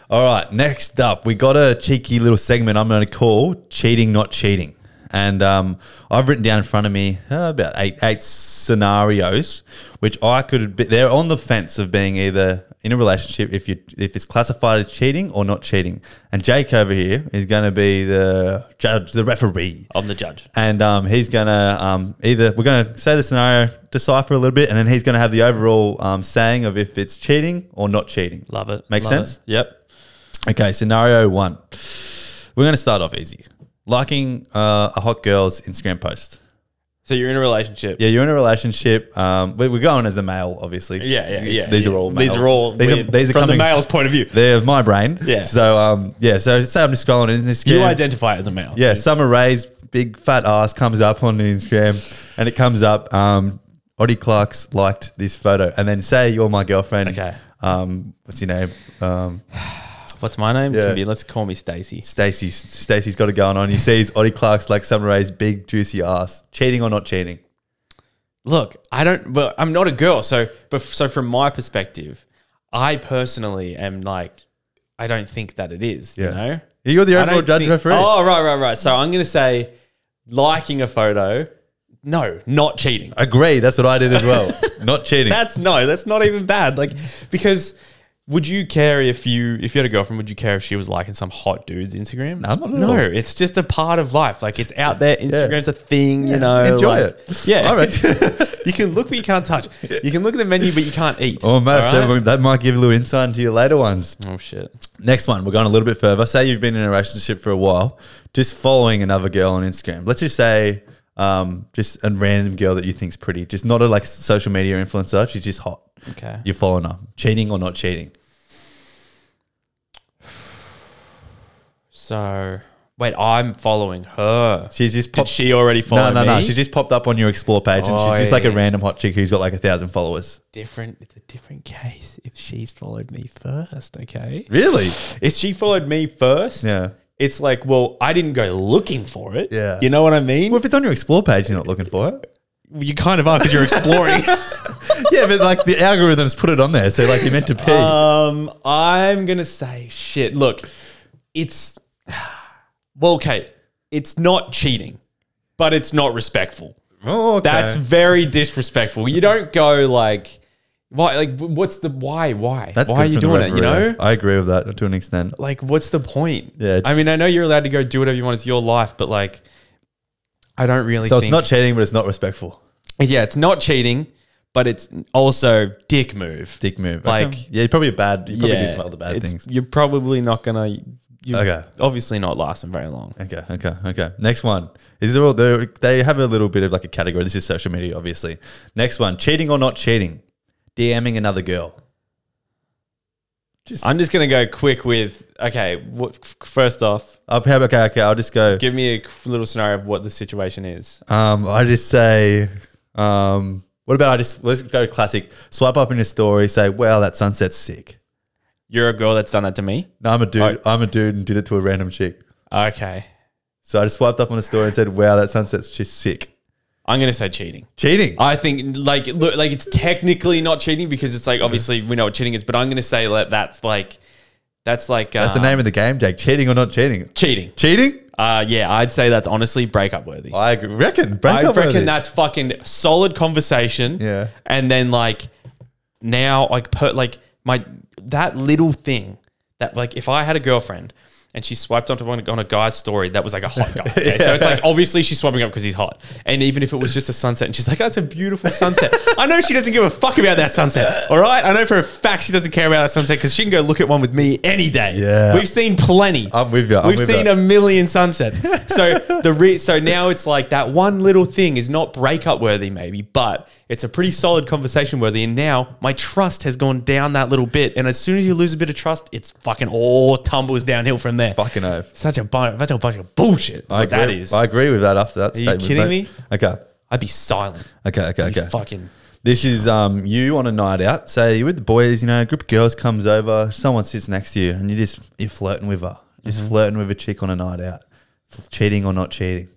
Speaker 2: All right, next up, we got a cheeky little segment I'm going to call "Cheating, Not Cheating," and um, I've written down in front of me uh, about eight eight scenarios which I could. Be, they're on the fence of being either in a relationship if you if it's classified as cheating or not cheating. And Jake over here is going to be the judge, the referee
Speaker 1: I'm the judge.
Speaker 2: and um, he's gonna um, either we're gonna say the scenario, decipher a little bit, and then he's gonna have the overall um, saying of if it's cheating or not cheating.
Speaker 1: Love it.
Speaker 2: Makes
Speaker 1: Love
Speaker 2: sense.
Speaker 1: it. Yep.
Speaker 2: Okay, scenario one. We're gonna start off easy. Liking uh, a hot girl's Instagram post.
Speaker 1: So you're in a relationship.
Speaker 2: Yeah, you're in a relationship. Um, we- we're going as the male, obviously.
Speaker 1: Yeah, yeah, yeah.
Speaker 2: These
Speaker 1: yeah.
Speaker 2: are all. Male.
Speaker 1: These are all
Speaker 2: These are,
Speaker 1: weird
Speaker 2: these are
Speaker 1: from
Speaker 2: coming.
Speaker 1: the male's point of view.
Speaker 2: They're of my brain.
Speaker 1: Yeah.
Speaker 2: So um, yeah. So say I'm just scrolling in this.
Speaker 1: You identify as a male.
Speaker 2: Yeah, Summer Rae's big fat ass comes up on Instagram and it comes up. Um, Oddie Clark's liked this photo. And then say you're my girlfriend.
Speaker 1: Okay.
Speaker 2: Um, what's your name? Um,
Speaker 1: What's my name?
Speaker 2: Yeah.
Speaker 1: Can be- Let's call me Stacy.
Speaker 2: Stacey. Stacey's got it going on. He sees Oddie Clark's like Summer Rae's big juicy ass. Cheating or not cheating?
Speaker 1: Look, I don't. Well, I'm not a girl, so but f- so from my perspective, I personally am like, I don't think that it is.
Speaker 2: Yeah.
Speaker 1: You know,
Speaker 2: You're the
Speaker 1: I
Speaker 2: overall
Speaker 1: don't
Speaker 2: judge
Speaker 1: think-
Speaker 2: referee.
Speaker 1: Oh, right, right, right. So I'm gonna say, liking a photo, no, not cheating.
Speaker 2: Agree. That's what I did as well. not cheating.
Speaker 1: That's no, that's not even bad. Like because would you care if you if you had a girlfriend? Would you care if she was liking some hot dude's Instagram?
Speaker 2: No, not at
Speaker 1: no.
Speaker 2: all.
Speaker 1: It's just a part of life. Like it's out there. Instagram's a thing. You know,
Speaker 2: Enjoy
Speaker 1: like-
Speaker 2: it.
Speaker 1: Yeah,
Speaker 2: All right.
Speaker 1: you can look, but you can't touch. You can look at the menu, but you can't eat.
Speaker 2: Oh, mate,
Speaker 1: All
Speaker 2: so
Speaker 1: right?
Speaker 2: that might give you a little insight into your later ones.
Speaker 1: oh shit.
Speaker 2: Next one, we're going a little bit further. Say you've been in a relationship for a while, just following another girl on Instagram. Let's just say, um, just a random girl that you think's pretty, just not a like social media influencer. She's just hot.
Speaker 1: Okay.
Speaker 2: You're following her, cheating or not cheating?
Speaker 1: So wait, I'm following her.
Speaker 2: She's just
Speaker 1: Did
Speaker 2: popped.
Speaker 1: she already follow
Speaker 2: no, no, no.
Speaker 1: me? Oh,
Speaker 2: She just popped up on your explore page, and she's just like a
Speaker 1: Oi.
Speaker 2: random hot chick who's got like a thousand followers.
Speaker 1: different. It's a different case if she's followed me first. Okay.
Speaker 2: Really?
Speaker 1: If she followed me first,
Speaker 2: Yeah.
Speaker 1: it's like, well, I didn't go looking for it.
Speaker 2: Yeah.
Speaker 1: You know what I mean?
Speaker 2: Well, if it's on your explore page, you're not looking for it.
Speaker 1: you kind of are because you're exploring.
Speaker 2: yeah, but like the algorithms put it on there, so like you're meant to pee.
Speaker 1: um, I'm gonna say shit. Look, it's well, okay, it's not cheating, but it's not respectful.
Speaker 2: oh, okay.
Speaker 1: That's very disrespectful. You don't go like, why? Like, what's the why? Why?
Speaker 2: That's
Speaker 1: why are
Speaker 2: good
Speaker 1: you
Speaker 2: from the
Speaker 1: doing it? You
Speaker 2: referee.
Speaker 1: know,
Speaker 2: I agree with that to an extent.
Speaker 1: like what's the point?
Speaker 2: Yeah,
Speaker 1: I
Speaker 2: just-
Speaker 1: mean, I know you're allowed to go do whatever you want. It's your life, but like, I don't really.
Speaker 2: So
Speaker 1: think-
Speaker 2: it's not cheating, but it's not respectful.
Speaker 1: Yeah, it's not cheating, but it's also dick move.
Speaker 2: Dick move.
Speaker 1: Like-
Speaker 2: Okay. yeah, you're probably a bad. You probably do some other bad
Speaker 1: it's-
Speaker 2: things.
Speaker 1: You're probably not gonna. You're
Speaker 2: Okay.
Speaker 1: Obviously, not lasting very long.
Speaker 2: Okay, okay, okay. Next one. Is there all they they have a little bit of like a category. This is social media, obviously. Next one: cheating or not cheating? DMing another girl.
Speaker 1: I'm just gonna go quick with okay. What, f- first off,
Speaker 2: I'll have, Oh, okay, okay. I'll just go.
Speaker 1: give me a qu- little scenario of what the situation is.
Speaker 2: Um, I just say. Um, what about I just let's go classic. Swipe up in your story. Say, wow, that sunset's sick.
Speaker 1: You're a girl that's done that to me.
Speaker 2: No, I'm a dude.
Speaker 1: Alright.
Speaker 2: I'm a dude and did it to a random chick.
Speaker 1: Okay,
Speaker 2: So I just swiped up on a story and said, wow, that sunset's just sick.
Speaker 1: I'm gonna say cheating.
Speaker 2: Cheating.
Speaker 1: I think like look, like it's technically not cheating because it's like
Speaker 2: Mm-hmm.
Speaker 1: obviously we know what cheating is, but I'm gonna say that that's like that's like uh,
Speaker 2: That's the name of the game, Jake. Cheating or not cheating?
Speaker 1: cheating.
Speaker 2: Cheating?
Speaker 1: Uh, yeah, I'd say that's honestly breakup worthy.
Speaker 2: I agree. reckon. Break
Speaker 1: I
Speaker 2: up
Speaker 1: reckon
Speaker 2: early.
Speaker 1: that's fucking solid conversation.
Speaker 2: Yeah.
Speaker 1: And then like now like put like my that little thing that like if I had a girlfriend and she swiped onto one on a guy's story that was like a hot guy. Okay? So it's like obviously she's swiping up because he's hot. And even if it was just a sunset and she's like, That's a beautiful sunset. I know she doesn't give a fuck about that sunset. All right. I know for a fact she doesn't care about that sunset because she can go look at one with me any day.
Speaker 2: Yeah.
Speaker 1: We've seen plenty.
Speaker 2: I'm with ya, I'm
Speaker 1: We've
Speaker 2: with
Speaker 1: seen
Speaker 2: ya.
Speaker 1: a million sunsets. So the re- so now it's like that one little thing is not breakup worthy, maybe, but it's a pretty solid conversation worthy. And now my trust has gone down that little bit. And as soon as you lose a bit of trust, it's fucking all tumbles downhill from there.
Speaker 2: Fucking oath.
Speaker 1: Such a bunch, such a bunch of bullshit.
Speaker 2: I
Speaker 1: I that
Speaker 2: agree.
Speaker 1: is.
Speaker 2: I agree with that after that Are
Speaker 1: you kidding me?
Speaker 2: Okay.
Speaker 1: I'd be silent.
Speaker 2: Okay, okay,
Speaker 1: I'd be
Speaker 2: okay.
Speaker 1: Fucking
Speaker 2: This is um, you on a night out. Say you're with the boys, you know, a group of girls comes over, someone sits next to you, and you just you're flirting with her, just
Speaker 1: Mm-hmm.
Speaker 2: flirting with a chick on a night out, F- cheating or not cheating.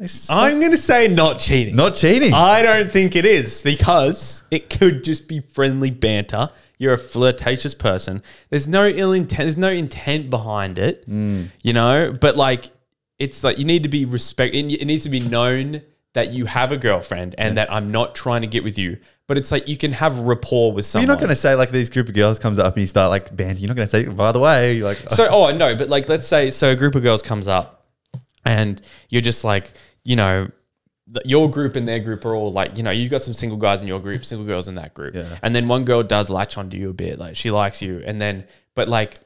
Speaker 2: It's
Speaker 1: I'm going to say not cheating.
Speaker 2: not cheating.
Speaker 1: I don't think it is because it could just be friendly banter. You're a flirtatious person. There's no ill intent. There's no intent behind it,
Speaker 2: Mm.
Speaker 1: you know. But like, it's like you need to be respect. It, it needs to be known that you have a girlfriend and that I'm not trying to get with you. But it's like you can have rapport with someone.
Speaker 2: you're not going to say like these group of girls comes up and you start like banter. You're not going to say by the way, you're like uh,
Speaker 1: So, oh no, but like, let's say, so a group of girls comes up, and you're just like, you know, th- your group and their group are all like, you know, you got some single guys in your group, single girls in that group,
Speaker 2: Yeah.
Speaker 1: and then one girl does latch onto you a bit, like she likes you, and then, but like,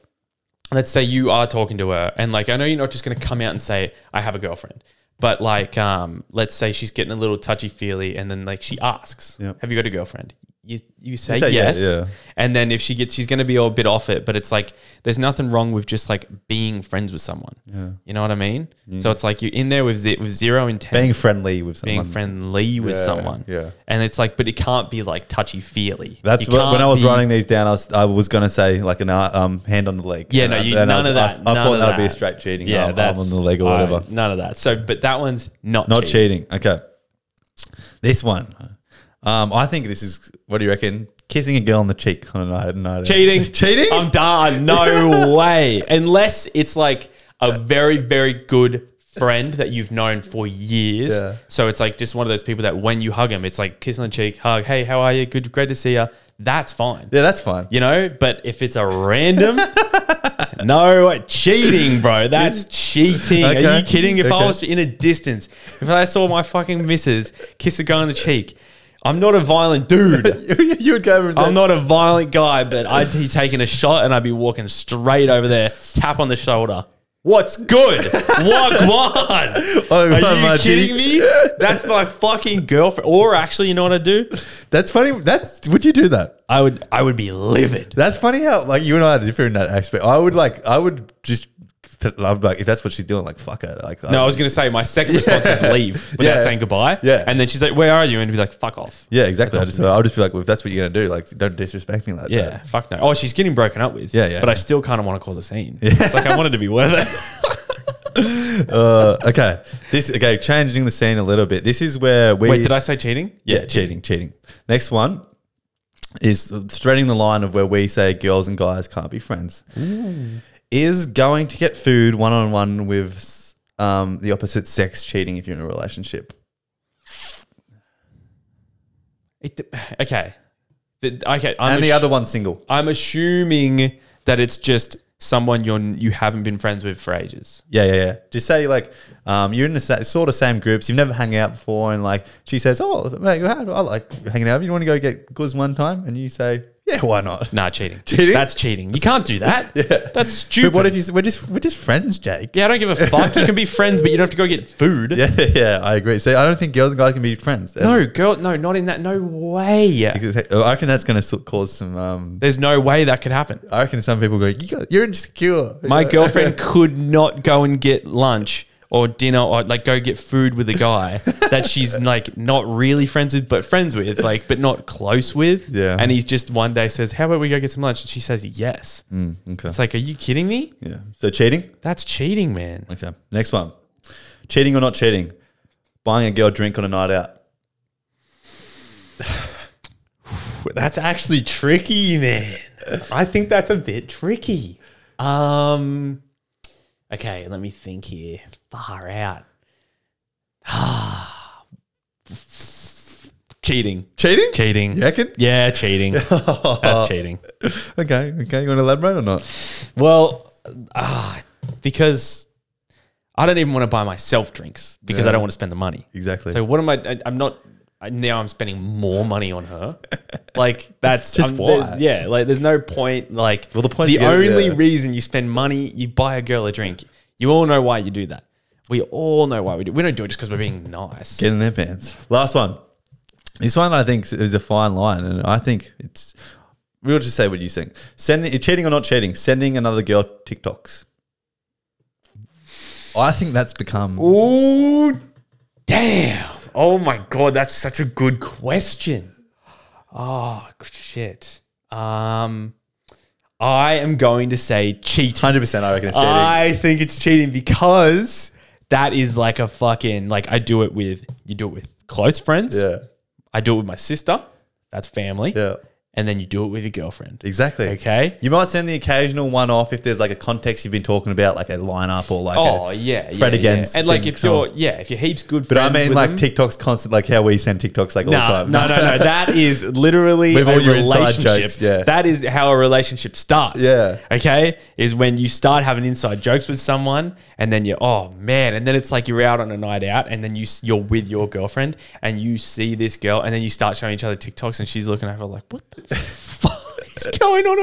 Speaker 1: let's say you are talking to her, and like, I know you're not just gonna come out and say, I have a girlfriend. But like, um, let's say she's getting a little touchy feely, and then like she asks,
Speaker 2: Yep.
Speaker 1: "Have you got a girlfriend?" You you say,
Speaker 2: say yeah,
Speaker 1: yes,
Speaker 2: yeah.
Speaker 1: and then if she gets, she's going to be all a bit off it. But it's like, there's nothing wrong with just like being friends with someone. You know what I mean?
Speaker 2: Mm.
Speaker 1: So it's like you're in there with, ze- with zero intent, being,
Speaker 2: being friendly with someone.
Speaker 1: friendly with
Speaker 2: Yeah,
Speaker 1: someone.
Speaker 2: yeah.
Speaker 1: And it's like, but it can't be like touchy feely.
Speaker 2: That's
Speaker 1: It
Speaker 2: what, when
Speaker 1: can't
Speaker 2: I was
Speaker 1: be-
Speaker 2: writing these down. I was, I was gonna say like an uh, um, hand on the leg.
Speaker 1: Yeah, no,
Speaker 2: And I-
Speaker 1: you,
Speaker 2: and I-
Speaker 1: none of
Speaker 2: I-
Speaker 1: that.
Speaker 2: I,
Speaker 1: none
Speaker 2: thought
Speaker 1: of
Speaker 2: that would be a
Speaker 1: that.
Speaker 2: straight cheating.
Speaker 1: Yeah,
Speaker 2: Yeah, arm,
Speaker 1: that's
Speaker 2: on the leg or
Speaker 1: I-
Speaker 2: whatever.
Speaker 1: none of that. So, but that one's not
Speaker 2: Not
Speaker 1: cheating.
Speaker 2: cheating. Okay. This one, um, I think this is. What do you reckon? Kissing a girl on the cheek on a night. night
Speaker 1: Cheating.
Speaker 2: cheating.
Speaker 1: I'm done. No way. Unless it's like a very, very good friend that you've known for years.
Speaker 2: Yeah.
Speaker 1: So it's like just one of those people that when you hug them, it's like kiss on the cheek, hug, hey, how are you? Good, great to see you. That's fine.
Speaker 2: yeah, that's fine.
Speaker 1: You know, but if it's a random, no cheating, bro. That's cheating. Are
Speaker 2: Okay.
Speaker 1: you kidding? If I
Speaker 2: Okay.
Speaker 1: was in a distance, if I saw my fucking missus kiss a guy on the cheek, I'm not a violent dude.
Speaker 2: you would go over. And
Speaker 1: I'm not a violent guy, but I'd be taking a shot and I'd be walking straight over there, tap on the shoulder. What's good? Wagwan.
Speaker 2: Oh,
Speaker 1: Are you
Speaker 2: my
Speaker 1: kidding
Speaker 2: G.
Speaker 1: me? That's my fucking girlfriend. Or actually, you know what I'd do?
Speaker 2: That's funny. That's would you do that?
Speaker 1: I would I would be livid.
Speaker 2: That's funny how like you and I are different in that aspect. I would like I would just I'm like if that's what she's doing, like fuck her. Like
Speaker 1: No, I was gonna say my second response is leave without
Speaker 2: Yeah.
Speaker 1: saying goodbye.
Speaker 2: Yeah.
Speaker 1: And then she's like, Where are you? And be like, fuck off.
Speaker 2: Yeah, exactly. I just, I'll just be like, well, if that's what you're gonna do, like, don't disrespect me like
Speaker 1: Yeah,
Speaker 2: that.
Speaker 1: fuck no. Oh, she's getting broken up with.
Speaker 2: Yeah, yeah.
Speaker 1: But I still kind of want to call the scene. It's like I wanted to be worth it.
Speaker 2: Uh, okay, this okay. Changing the scene a little bit. This is where we.
Speaker 1: Wait, did I say cheating?
Speaker 2: Yeah, cheating, cheating. Next one is threading the line of where we say girls and guys can't be friends. Is going to get food one on one with um, the opposite sex cheating if you're in a relationship.
Speaker 1: It, d- okay. The- okay. I'm
Speaker 2: And the
Speaker 1: assu-
Speaker 2: other one's single.
Speaker 1: I'm assuming that it's just someone you're you haven't been friends with for ages.
Speaker 2: Yeah, yeah, yeah. Just say like um, you're in the sa- sort of same groups. You've never hung out before, and like she says, "Oh, mate, I I like hanging out. You want to go get goods one time?" And you say, "Yeah, why not?"
Speaker 1: Nah, cheating.
Speaker 2: Cheating?
Speaker 1: That's cheating. You can't do that. That's stupid.
Speaker 2: But what if you? s- We're just we're just friends, Jake.
Speaker 1: Yeah, I don't give a fuck. You can be friends, but you don't have to go get food.
Speaker 2: Yeah, yeah, I agree. See, I don't think girls and guys can be friends. And
Speaker 1: No, girl, no, not in that. No way.
Speaker 2: because- I reckon that's going to cause some. Um,
Speaker 1: There's no way that could happen.
Speaker 2: I reckon some people go, you got, "You're insecure."
Speaker 1: My
Speaker 2: Yeah.
Speaker 1: girlfriend could not go and get lunch or dinner or like go get food with a guy that she's like not really friends with, but friends with, like, but not close with.
Speaker 2: Yeah.
Speaker 1: And he's just one day says, How about we go get some lunch? And she says, Yes.
Speaker 2: okay.
Speaker 1: It's like, Are you kidding me?
Speaker 2: Yeah. So cheating.
Speaker 1: That's cheating, man.
Speaker 2: Okay. Next one. Cheating or not cheating? Buying a girl a drink on a night out.
Speaker 1: That's actually tricky, man. I think that's a bit tricky. Um Okay, let me think here. Far out. cheating.
Speaker 2: Cheating?
Speaker 1: Cheating.
Speaker 2: You reckon?
Speaker 1: Yeah, cheating. That's cheating.
Speaker 2: Okay. Okay. You want to elaborate or not?
Speaker 1: Well, ah, because I don't even want to buy myself drinks because I don't want to spend the money.
Speaker 2: Exactly.
Speaker 1: So what am I? I I'm not. I, now I'm spending more money on her. Like that's
Speaker 2: Just
Speaker 1: I'm-
Speaker 2: why?
Speaker 1: there's- Yeah, like there's no point. Like
Speaker 2: Well, the point
Speaker 1: The
Speaker 2: is you gotta-
Speaker 1: only
Speaker 2: yeah.
Speaker 1: reason you spend money, you buy a girl a drink. You all know why you do that. We all know why we do. We don't do it just because we're being nice.
Speaker 2: Get in their pants. Last one. This one I think is a fine line, and I think it's. We'll just say what you think. Sending cheating or not cheating? Sending another girl TikToks. I think that's become.
Speaker 1: Oh, damn. Oh my God. That's such a good question. Oh, shit. Um, I am going to say cheating.
Speaker 2: Hundred percent, I reckon it's cheating.
Speaker 1: I think it's cheating because that is like a fucking, like I do it with, you do it with close friends.
Speaker 2: yeah,
Speaker 1: I do it with my sister. That's family.
Speaker 2: yeah,
Speaker 1: And then you do it with your girlfriend.
Speaker 2: exactly.
Speaker 1: Okay.
Speaker 2: You might send the occasional one off if there's like a context you've been talking about, like a lineup or like.
Speaker 1: Oh
Speaker 2: a,
Speaker 1: yeah, yeah,
Speaker 2: Fred
Speaker 1: yeah.
Speaker 2: against
Speaker 1: and like
Speaker 2: thing,
Speaker 1: if
Speaker 2: so-
Speaker 1: you're yeah, if you're heaps good.
Speaker 2: but I
Speaker 1: friends
Speaker 2: mean,
Speaker 1: with
Speaker 2: like
Speaker 1: them-
Speaker 2: TikToks constant, like how we send TikToks like all the
Speaker 1: No,
Speaker 2: time.
Speaker 1: no, no, no. That is literally
Speaker 2: With
Speaker 1: a
Speaker 2: all your inside
Speaker 1: relationship.
Speaker 2: jokes, yeah.
Speaker 1: That is how a relationship starts.
Speaker 2: Yeah.
Speaker 1: Okay. Is when you start having inside jokes with someone, and then you, oh man, and then it's like you're out on a night out, and then you s- you're with your girlfriend, and you see this girl, and then you start showing each other TikToks, and she's looking over like, what the fuck is going on?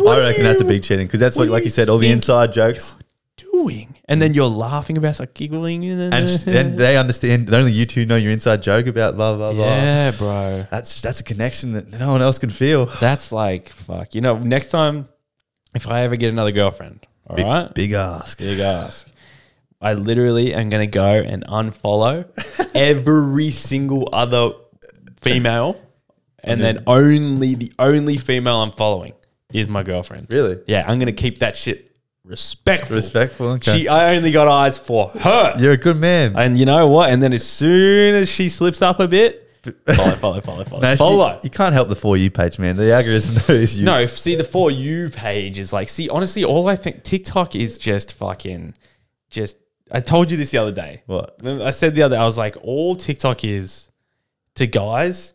Speaker 1: What
Speaker 2: I
Speaker 1: are
Speaker 2: reckon that's a
Speaker 1: you
Speaker 2: big cheating because that's
Speaker 1: what
Speaker 2: what,
Speaker 1: do
Speaker 2: like
Speaker 1: you
Speaker 2: you said, all the
Speaker 1: think-
Speaker 2: inside jokes,
Speaker 1: doing, and then you're laughing about, it, like giggling,
Speaker 2: and sh- and they understand. Only you two know your inside joke about blah blah blah.
Speaker 1: yeah, bro.
Speaker 2: That's that's a connection that no one else can feel.
Speaker 1: That's like fuck. You know, next time if I ever get another girlfriend, all right,
Speaker 2: Big, big ask.
Speaker 1: big ask. I literally am gonna go and unfollow every single other female, and then only the only female I'm following is my girlfriend.
Speaker 2: Really?
Speaker 1: Yeah, I'm gonna keep that shit respectful.
Speaker 2: Respectful. Okay.
Speaker 1: She, I only got eyes for her,
Speaker 2: You're a good man.
Speaker 1: and you know what? And then as soon as she slips up a bit, follow, follow, follow, follow,
Speaker 2: Man, you-
Speaker 1: follow.
Speaker 2: You, can't help the for you page, man. The algorithm knows you.
Speaker 1: No, if- see the for you page is like, see, honestly, all I think TikTok is just fucking, just. I told you this the other day.
Speaker 2: What?
Speaker 1: I said the other, I was like, all TikTok is to guys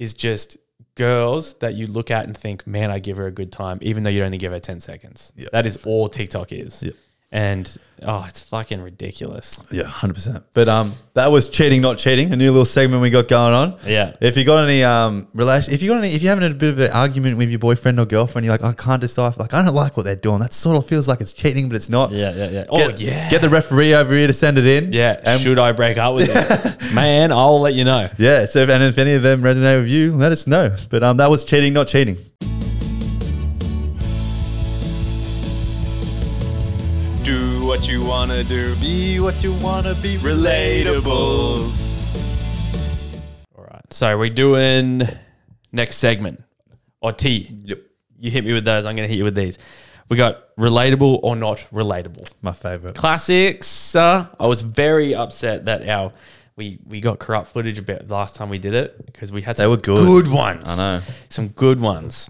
Speaker 1: is just girls that you look at and think, man, I give her a good time, even though you only give her ten seconds.
Speaker 2: Yep.
Speaker 1: That is all TikTok is.
Speaker 2: Yep.
Speaker 1: And oh, it's fucking ridiculous.
Speaker 2: Yeah, hundred percent. But um, that was cheating, not cheating. A new little segment we got going on.
Speaker 1: Yeah.
Speaker 2: If you got any um relation, if you got any, if you having a bit of an argument with your boyfriend or girlfriend, you're like, I can't decipher. Like, I don't like what they're doing. That sort of feels like it's cheating, but it's not.
Speaker 1: Yeah, yeah, yeah.
Speaker 2: Get,
Speaker 1: oh, yeah.
Speaker 2: Get the referee over here to send it in.
Speaker 1: yeah.
Speaker 2: And
Speaker 1: Should I break up with her? Man, I'll let you know.
Speaker 2: yeah. So, if, and if any of them resonate with you, let us know. But um, that was cheating, not cheating.
Speaker 3: Do what you wanna do. Be what you wanna be. Relatables.
Speaker 1: All right. So we're doing next segment or T.
Speaker 2: Yep.
Speaker 1: You hit me with those. I'm going to hit you with these. We got relatable or not relatable.
Speaker 2: My favorite.
Speaker 1: Classics. Uh, I was very upset that our we we got corrupt footage about last time we did it because we had some
Speaker 2: were good.
Speaker 1: ones.
Speaker 2: I know.
Speaker 1: some good ones.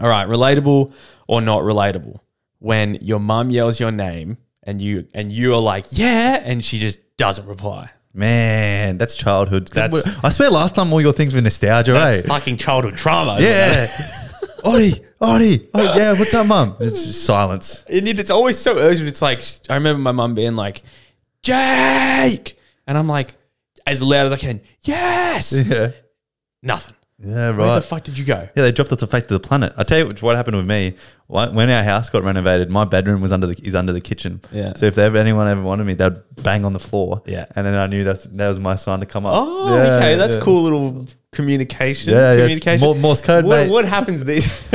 Speaker 1: All right, relatable or not relatable. When your mum yells your name and you and you are like yeah, and she just doesn't reply.
Speaker 2: Man, that's childhood.
Speaker 1: That's-
Speaker 2: I swear, last time all your things were nostalgia,
Speaker 1: That's
Speaker 2: right?
Speaker 1: fucking childhood trauma. isn't it?
Speaker 2: Yeah. Odie, Odie. Oh, yeah. What's up, mum? It's just silence.
Speaker 1: And it, it's always so urgent. It's like I remember my mum being like, "Jake," and I'm like, as loud as I can, "Yes."
Speaker 2: Yeah.
Speaker 1: Nothing.
Speaker 2: Yeah,
Speaker 1: Where the
Speaker 2: right.
Speaker 1: fuck did you go?
Speaker 2: Yeah, they dropped off the face of the planet. I tell you what happened with me. Wh- When our house got renovated, my bedroom was under the is under the kitchen.
Speaker 1: Yeah.
Speaker 2: So if ever anyone ever wanted me, they'd bang on the floor.
Speaker 1: Yeah.
Speaker 2: And then I knew that's that was my sign to come up.
Speaker 1: Oh,
Speaker 2: Yeah,
Speaker 1: okay, that's
Speaker 2: yeah.
Speaker 1: cool little communication.
Speaker 2: Yeah, yeah,
Speaker 1: communication.
Speaker 2: Mor- Morse code,
Speaker 1: What,
Speaker 2: mate.
Speaker 1: what happens these?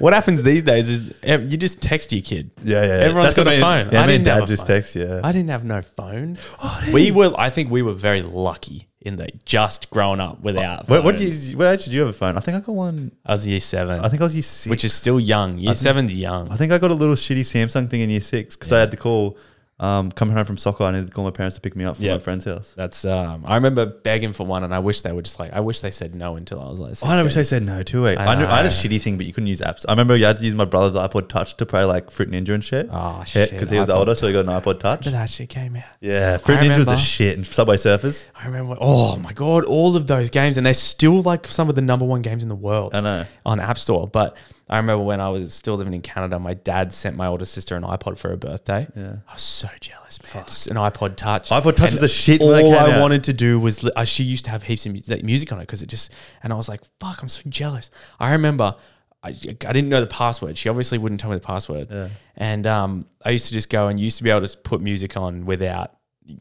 Speaker 1: what happens these days is em, you just text your kid.
Speaker 2: Yeah, yeah. yeah.
Speaker 1: Everyone's
Speaker 2: That's what
Speaker 1: got a
Speaker 2: me-
Speaker 1: phone.
Speaker 2: Yeah,
Speaker 1: I
Speaker 2: I mean,
Speaker 1: didn't have
Speaker 2: dad
Speaker 1: a
Speaker 2: just
Speaker 1: phone.
Speaker 2: texts. Yeah.
Speaker 1: I didn't have no phone.
Speaker 2: Oh,
Speaker 1: we were, I think, we were very lucky in that just grown up without.
Speaker 2: What, what
Speaker 1: phones.
Speaker 2: did you? What age did you have a phone? I think I got one.
Speaker 1: I was year seven.
Speaker 2: I think I was year six.
Speaker 1: which is still young. Year seven's young.
Speaker 2: I think I got a little shitty Samsung thing in year six because I had to call, um, coming home from soccer, I needed to call my parents to pick me up from
Speaker 1: Yeah.
Speaker 2: my friend's house.
Speaker 1: That's um. I remember begging for one, and I wish they were just like. I wish they said no until I was like.
Speaker 2: I wish
Speaker 1: 16.
Speaker 2: they said no too. Eh? I, knew,
Speaker 1: know.
Speaker 2: I had a shitty thing, but you couldn't use apps. I remember you had to use my brother's iPod Touch to play like Fruit Ninja and shit.
Speaker 1: Oh, shit,
Speaker 2: Because he was
Speaker 1: iPod
Speaker 2: older, so he got an iPod Touch.
Speaker 1: that shit came out.
Speaker 2: Yeah, Fruit
Speaker 1: I
Speaker 2: Ninja was the
Speaker 1: remember.
Speaker 2: shit, and Subway Surfers.
Speaker 1: I remember. Oh my god, all of those games, and they're still like some of the number one games in the world.
Speaker 2: I know.
Speaker 1: on App Store. But I remember when I was still living in Canada, my dad sent my older sister an iPod for her birthday. Yeah. I was so jealous, man. Just an iPod Touch.
Speaker 2: iPod Touch
Speaker 1: And
Speaker 2: was the shit
Speaker 1: All
Speaker 2: when they came
Speaker 1: I
Speaker 2: out.
Speaker 1: wanted to do was li- uh, she used to have heaps of mu- like, music on it because it just and I was like, fuck, I'm so jealous. I remember. I, I didn't know the password. She obviously wouldn't tell me the password. And um, I used to just go and used to be able to put music on without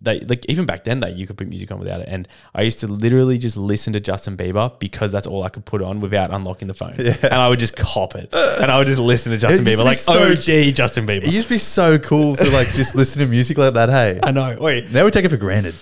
Speaker 1: they like even back then that you could put music on without it. And I used to literally just listen to Justin Bieber because that's all I could put on without unlocking the phone. And I would just cop it. And I would just listen to Justin
Speaker 2: used
Speaker 1: Bieber,
Speaker 2: to be
Speaker 1: like
Speaker 2: so-
Speaker 1: OG Justin Bieber.
Speaker 2: It used to be so cool to like just listen to music like that. Hey,
Speaker 1: I know. Wait,
Speaker 2: now we take it for granted.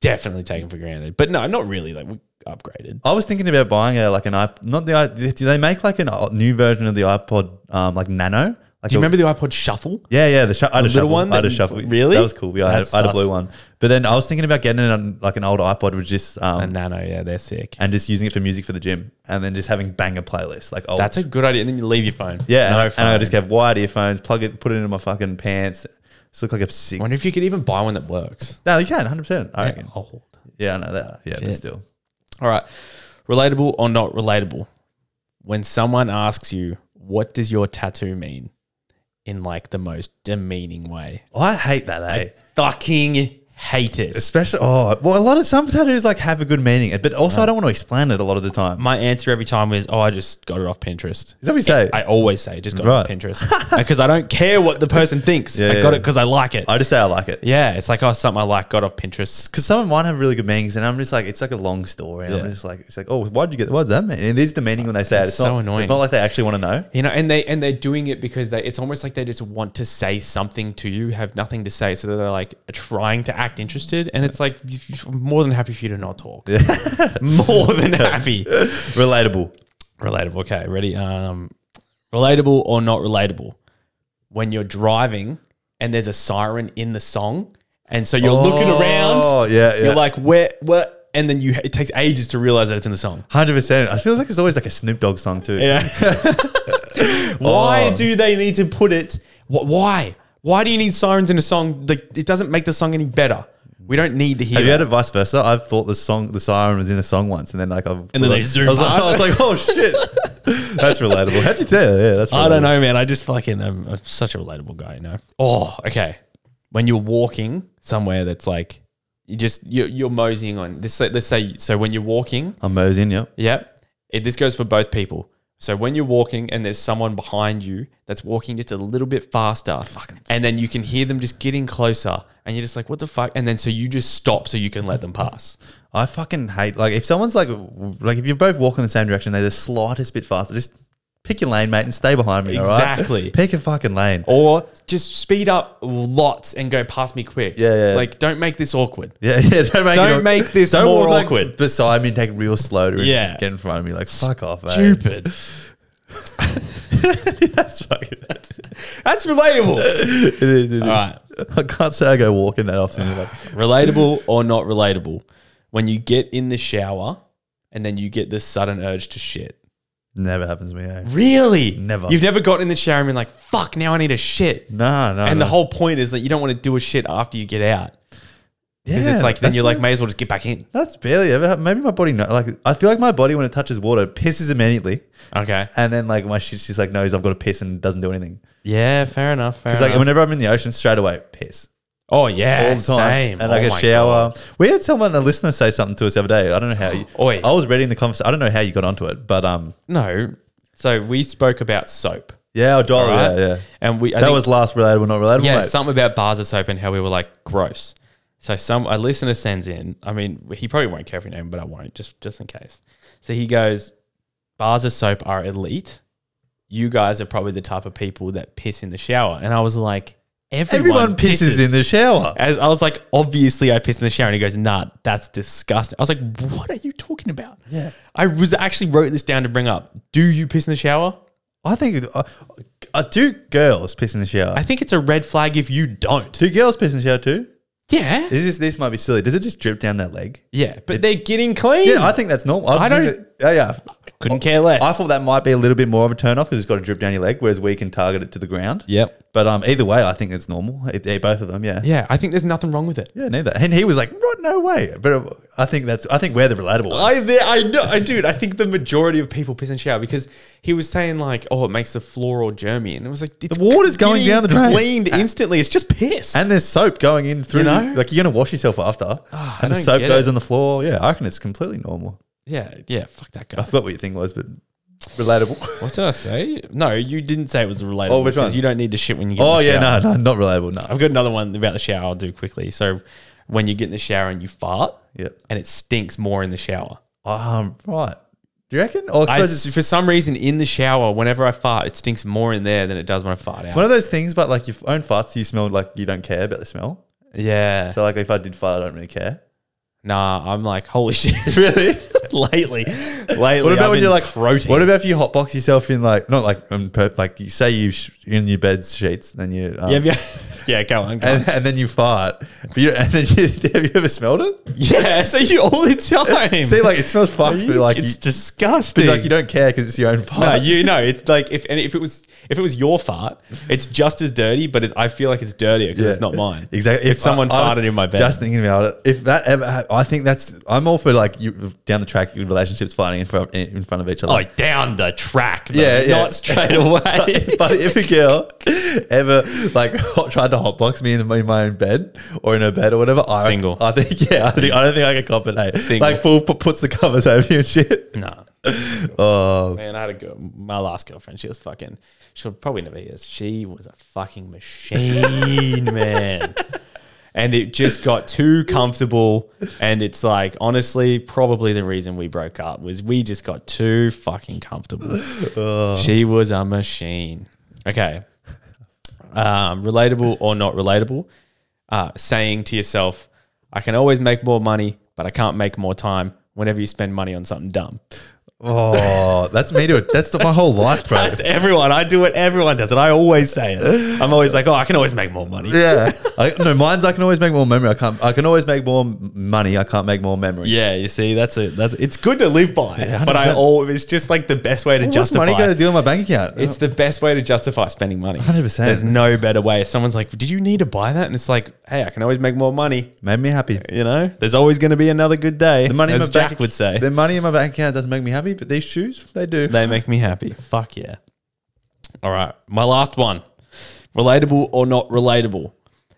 Speaker 1: definitely taken for granted. But no, not really. Like we upgraded.
Speaker 2: I was thinking about buying a like an iPod. Not the i- do they make like a new version of the iPod, um, like Nano? Like
Speaker 1: Do you
Speaker 2: a-
Speaker 1: remember the iPod Shuffle?
Speaker 2: Yeah, yeah, the, shu- I had a
Speaker 1: little
Speaker 2: shuffle.
Speaker 1: one
Speaker 2: I had a
Speaker 1: that-
Speaker 2: shuffle.
Speaker 1: really?
Speaker 2: that was cool. Yeah, I had,
Speaker 1: That's
Speaker 2: I had a
Speaker 1: sus.
Speaker 2: blue one. But then I was thinking about getting it on like an old iPod, with just um,
Speaker 1: A nano, yeah, they're sick.
Speaker 2: and just using it for music for the gym, and then just having banger playlists like old.
Speaker 1: That's a good idea. And then you leave your phone.
Speaker 2: yeah,
Speaker 1: no
Speaker 2: and, and I
Speaker 1: phone.
Speaker 2: just have wired earphones, plug it, put it into my fucking pants. Just look like a sick.
Speaker 1: wonder if you could even buy one that works.
Speaker 2: No, you can, hundred percent. I
Speaker 1: They're
Speaker 2: reckon.
Speaker 1: old.
Speaker 2: Yeah, I know that. Yeah, but
Speaker 1: Shit.
Speaker 2: still,
Speaker 1: All right. Relatable or not relatable? When someone asks you, what does your tattoo mean? In like the most demeaning way.
Speaker 2: I hate that. Eh?
Speaker 1: Fucking hate it.
Speaker 2: Especially, oh, well, a lot of some tattoos like have a good meaning, but also I don't want to explain it a lot of the time.
Speaker 1: My answer every time is, oh, I just got it off Pinterest.
Speaker 2: Is that what you say?
Speaker 1: I always say, just got
Speaker 2: Right.
Speaker 1: it off Pinterest. Because I don't care what the person thinks.
Speaker 2: Yeah,
Speaker 1: I got
Speaker 2: yeah.
Speaker 1: it because I like it.
Speaker 2: I just say I like it
Speaker 1: yeah, it's like, oh, something I like got off Pinterest.
Speaker 2: because some of mine have really good meanings, and I'm just like, it's like a long story. And I'm
Speaker 1: Yeah.
Speaker 2: just like, it's like, oh, why did you get? What's that mean? And it is demeaning when they say it. It's
Speaker 1: so
Speaker 2: not,
Speaker 1: annoying.
Speaker 2: It's not like they actually want to know.
Speaker 1: You know, and they and they're doing it because they it's almost like they just want to say something to you, have nothing to say, so they're like trying to act interested, and it's like you- you- more than happy for you to not talk. more than happy.
Speaker 2: Relatable.
Speaker 1: Relatable. Okay, ready. Um, relatable or not relatable? When you're driving and there's a siren in the song, and so you're looking
Speaker 2: Oh
Speaker 1: around,
Speaker 2: yeah, yeah.
Speaker 1: you're like, where, where, and then you it takes ages to realize that it's in the song.
Speaker 2: Hundred percent. I feel like it's always like a Snoop Dogg song too.
Speaker 1: Yeah. why
Speaker 2: Oh.
Speaker 1: do they need to put it? Wh- why? Why do you need sirens in a song? Like, it doesn't make the song any better. We don't need to hear.
Speaker 2: Have you
Speaker 1: that.
Speaker 2: had it vice versa? I've thought the song, the siren was in a song once, and then like I've
Speaker 1: And then they
Speaker 2: I
Speaker 1: zoom
Speaker 2: was, like,
Speaker 1: past.
Speaker 2: I was like, oh shit, that's relatable. How'd you tell? Yeah, that's. Relatable.
Speaker 1: I don't know, man. I just fucking I'm, I'm such a relatable guy, you know. Oh, okay. When you're walking somewhere that's like you just you're, you're moseying on. This let's say so when you're walking,
Speaker 2: I'm moseying. Yep.
Speaker 1: yeah. It, this goes for both people. So when you're walking and there's someone behind you that's walking just a little bit faster, and then you can hear them just getting closer, and you're just like, "What the fuck?" And then so you just stop so you can let them pass.
Speaker 2: I fucking hate like if someone's like like if you're both walking the same direction, they're the slightest bit faster. Just pick your lane, mate, and stay behind me. all right?
Speaker 1: Exactly.
Speaker 2: Pick a fucking lane.
Speaker 1: Or just speed up lots and go past me quick.
Speaker 2: Yeah, yeah.
Speaker 1: Like, don't make this awkward.
Speaker 2: Yeah, yeah. Don't make,
Speaker 1: Don't
Speaker 2: it awk-
Speaker 1: make this more
Speaker 2: like,
Speaker 1: awkward.
Speaker 2: beside me, and take real slow to
Speaker 1: Yeah.
Speaker 2: get in front of me. Like fuck off, mate.
Speaker 1: Stupid.
Speaker 2: that's fucking. That's,
Speaker 1: That's relatable.
Speaker 2: it is, it is.
Speaker 1: All right.
Speaker 2: I can't say I go walking that
Speaker 1: Ah.
Speaker 2: often. Like,
Speaker 1: Relatable or not relatable? When you get in the shower and then you get this sudden urge to shit.
Speaker 2: never happens to me. Eh?
Speaker 1: Really?
Speaker 2: Never.
Speaker 1: You've never gotten in the shower and been like, fuck, now I need a shit.
Speaker 2: Nah, nah.
Speaker 1: and
Speaker 2: nah.
Speaker 1: the whole point is that you don't want to do a shit after you get out. Because
Speaker 2: Yeah,
Speaker 1: it's like, then
Speaker 2: that's
Speaker 1: you're like,
Speaker 2: not-
Speaker 1: may as well just get back in.
Speaker 2: that's barely ever. hap- Maybe my body, no, like, I feel like my body when it touches water it pisses immediately,
Speaker 1: Okay.
Speaker 2: and then like my shit, she's like knows I've got to piss and doesn't do anything.
Speaker 1: Yeah, fair enough. Fair
Speaker 2: It's
Speaker 1: enough.
Speaker 2: like whenever I'm in the ocean, straight away piss
Speaker 1: oh,
Speaker 2: all
Speaker 1: yeah.
Speaker 2: the time,
Speaker 1: Same.
Speaker 2: and
Speaker 1: oh
Speaker 2: like a
Speaker 1: my
Speaker 2: shower.
Speaker 1: God.
Speaker 2: We had someone, a listener, say something to us the other day. I don't know how. You,
Speaker 1: Oi.
Speaker 2: I was reading the conversation. I don't know how you got onto it, but um,
Speaker 1: No. So we spoke about soap.
Speaker 2: yeah, I'll dial,
Speaker 1: Right?
Speaker 2: yeah, yeah.
Speaker 1: And we, I
Speaker 2: that
Speaker 1: think-
Speaker 2: was last relatable, not relatable.
Speaker 1: Yeah,
Speaker 2: mate.
Speaker 1: something about bars of soap and how we were like gross. So some a listener sends in. I mean, he probably won't care if we name, him, but I won't just just in case. So he goes, bars of soap are elite. You guys are probably the type of people that piss in the shower, and I was like, everyone,
Speaker 2: Everyone pisses, in the shower.
Speaker 1: As I was like, obviously, I pissed in the shower, and he goes, "Nah, that's disgusting." I was like, "What are you talking about?"
Speaker 2: Yeah.
Speaker 1: I was actually wrote this down to bring up. Do you piss in the shower?
Speaker 2: I think uh, uh, two girls piss in the shower.
Speaker 1: I think it's a red flag if you don't.
Speaker 2: two girls piss in the shower too.
Speaker 1: Yeah,
Speaker 2: This is this might be silly. Does it just drip down their leg?
Speaker 1: yeah, but they're getting clean.
Speaker 2: Yeah, I think that's normal. I,
Speaker 1: Hmm. I
Speaker 2: think That, yeah, yeah.
Speaker 1: Couldn't care less.
Speaker 2: I thought that might be a little bit more of a turn off because it's got to drip down your leg, whereas we can target it to the ground.
Speaker 1: Yep.
Speaker 2: But um, either way, I think it's normal. It, it- both of them, yeah.
Speaker 1: Yeah, I think there's nothing wrong with it.
Speaker 2: Yeah, neither. And he was like, "Right, no way." But uh, I think that's. I think we're the relatable
Speaker 1: I,
Speaker 2: ones.
Speaker 1: the- I know, I dude. I think the majority of people piss and shower because he was saying like, oh, it makes the floor all germy, and it was like it's
Speaker 2: The water's going
Speaker 1: getting
Speaker 2: down the drain.
Speaker 1: cleaned instantly. It's just piss.
Speaker 2: and there's soap going in through.
Speaker 1: You know? Ah,
Speaker 2: Like you're gonna wash yourself after, and the
Speaker 1: don't
Speaker 2: soap
Speaker 1: get
Speaker 2: goes
Speaker 1: it.
Speaker 2: on the floor. Yeah, I reckon it's completely normal.
Speaker 1: yeah, yeah. Fuck that
Speaker 2: I
Speaker 1: guy.
Speaker 2: forgot what your thing was, but relatable.
Speaker 1: What did I say? No, you didn't say it was related.
Speaker 2: Oh, which one?
Speaker 1: You don't need to shit when you get. in
Speaker 2: oh
Speaker 1: the
Speaker 2: yeah,
Speaker 1: shower.
Speaker 2: no, no, not relatable. No.
Speaker 1: I've got another one about the shower. I'll do quickly. So, when you get in the shower and you fart,
Speaker 2: Yep.
Speaker 1: and it stinks more in the shower.
Speaker 2: Um, right. Do you reckon? Or I
Speaker 1: I,
Speaker 2: suppose
Speaker 1: for some reason, in the shower, whenever I fart, it stinks more in there than it does when I fart
Speaker 2: it's
Speaker 1: out.
Speaker 2: one of those things, but like your own farts, you smell like you don't care about the smell.
Speaker 1: Yeah.
Speaker 2: So like if I did fart, I don't really care.
Speaker 1: nah, I'm like, holy shit.
Speaker 2: Really?
Speaker 1: lately, lately. What
Speaker 2: What about when you're like
Speaker 1: protein?
Speaker 2: What about if you hotbox yourself in like not like um, per, like you say you sh- in your bed sheets, then you um,
Speaker 1: yeah, yeah, yeah, go on, go on.
Speaker 2: and, and then you fart, but you, and then you, have you ever smelled it?
Speaker 1: Yeah, so you all the time.
Speaker 2: See, like it smells fucked, but like you,
Speaker 1: it's disgusting.
Speaker 2: but, like you don't care because it's your own fart.
Speaker 1: No, you know, it's like if and if it was if it was your fart, it's just as dirty, but it's, I feel like it's dirtier because
Speaker 2: Yeah.
Speaker 1: it's not mine.
Speaker 2: Exactly.
Speaker 1: If, someone
Speaker 2: I- I was
Speaker 1: farted in my bed,
Speaker 2: just thinking about it. If that ever, ha- I think that's. I'm all for like you down the track, your relationships fighting in front in front of each other.
Speaker 1: oh, down the track, though,
Speaker 2: Yeah, yeah.
Speaker 1: not straight away.
Speaker 2: but if a girl ever like hot, tried to hotbox me in my, in my own bed or in her bed or whatever, I,
Speaker 1: Single.
Speaker 2: I think yeah, I think I don't think I can cop it. Hey.
Speaker 1: Single.
Speaker 2: Like full pu- puts the covers over you and shit.
Speaker 1: no,
Speaker 2: Oh,
Speaker 1: man, I had a girl, my last girlfriend. She was fucking. She'll probably never hear this. She was a fucking machine, man. And it just got too comfortable. And it's like, honestly, probably the reason we broke up was we just got too fucking comfortable. She was a machine. Okay. Um, relatable or not relatable, uh, saying to yourself, I can always make more money, but I can't make more time whenever you spend money on something dumb.
Speaker 2: oh, that's me to it. That's my whole life, bro.
Speaker 1: That's everyone. I do it. Everyone does it. I always say it. I'm always like, oh, I can always make more money.
Speaker 2: yeah, I, no, mine's. I can always make more memory. I can't. I can always make more m- money. I can't make more memories.
Speaker 1: Yeah, you see, that's it. That's it's good to live by, but I
Speaker 2: 100%.
Speaker 1: always it's just like the best way to
Speaker 2: What's
Speaker 1: justify.
Speaker 2: money going to do in my bank account?
Speaker 1: It's the best way to justify spending money.
Speaker 2: 100%.
Speaker 1: There's no better way. Someone's like, "Did you need to buy that?" And it's like, "Hey, I can always make more money."
Speaker 2: made me happy.
Speaker 1: You know, there's always going to be another good day.
Speaker 2: The money
Speaker 1: as
Speaker 2: in my
Speaker 1: Jack
Speaker 2: bank,
Speaker 1: would say,
Speaker 2: The money in my bank account doesn't make me happy, but these shoes, they do.
Speaker 1: they make me happy. Fuck yeah. All right, my last one. Relatable or not relatable?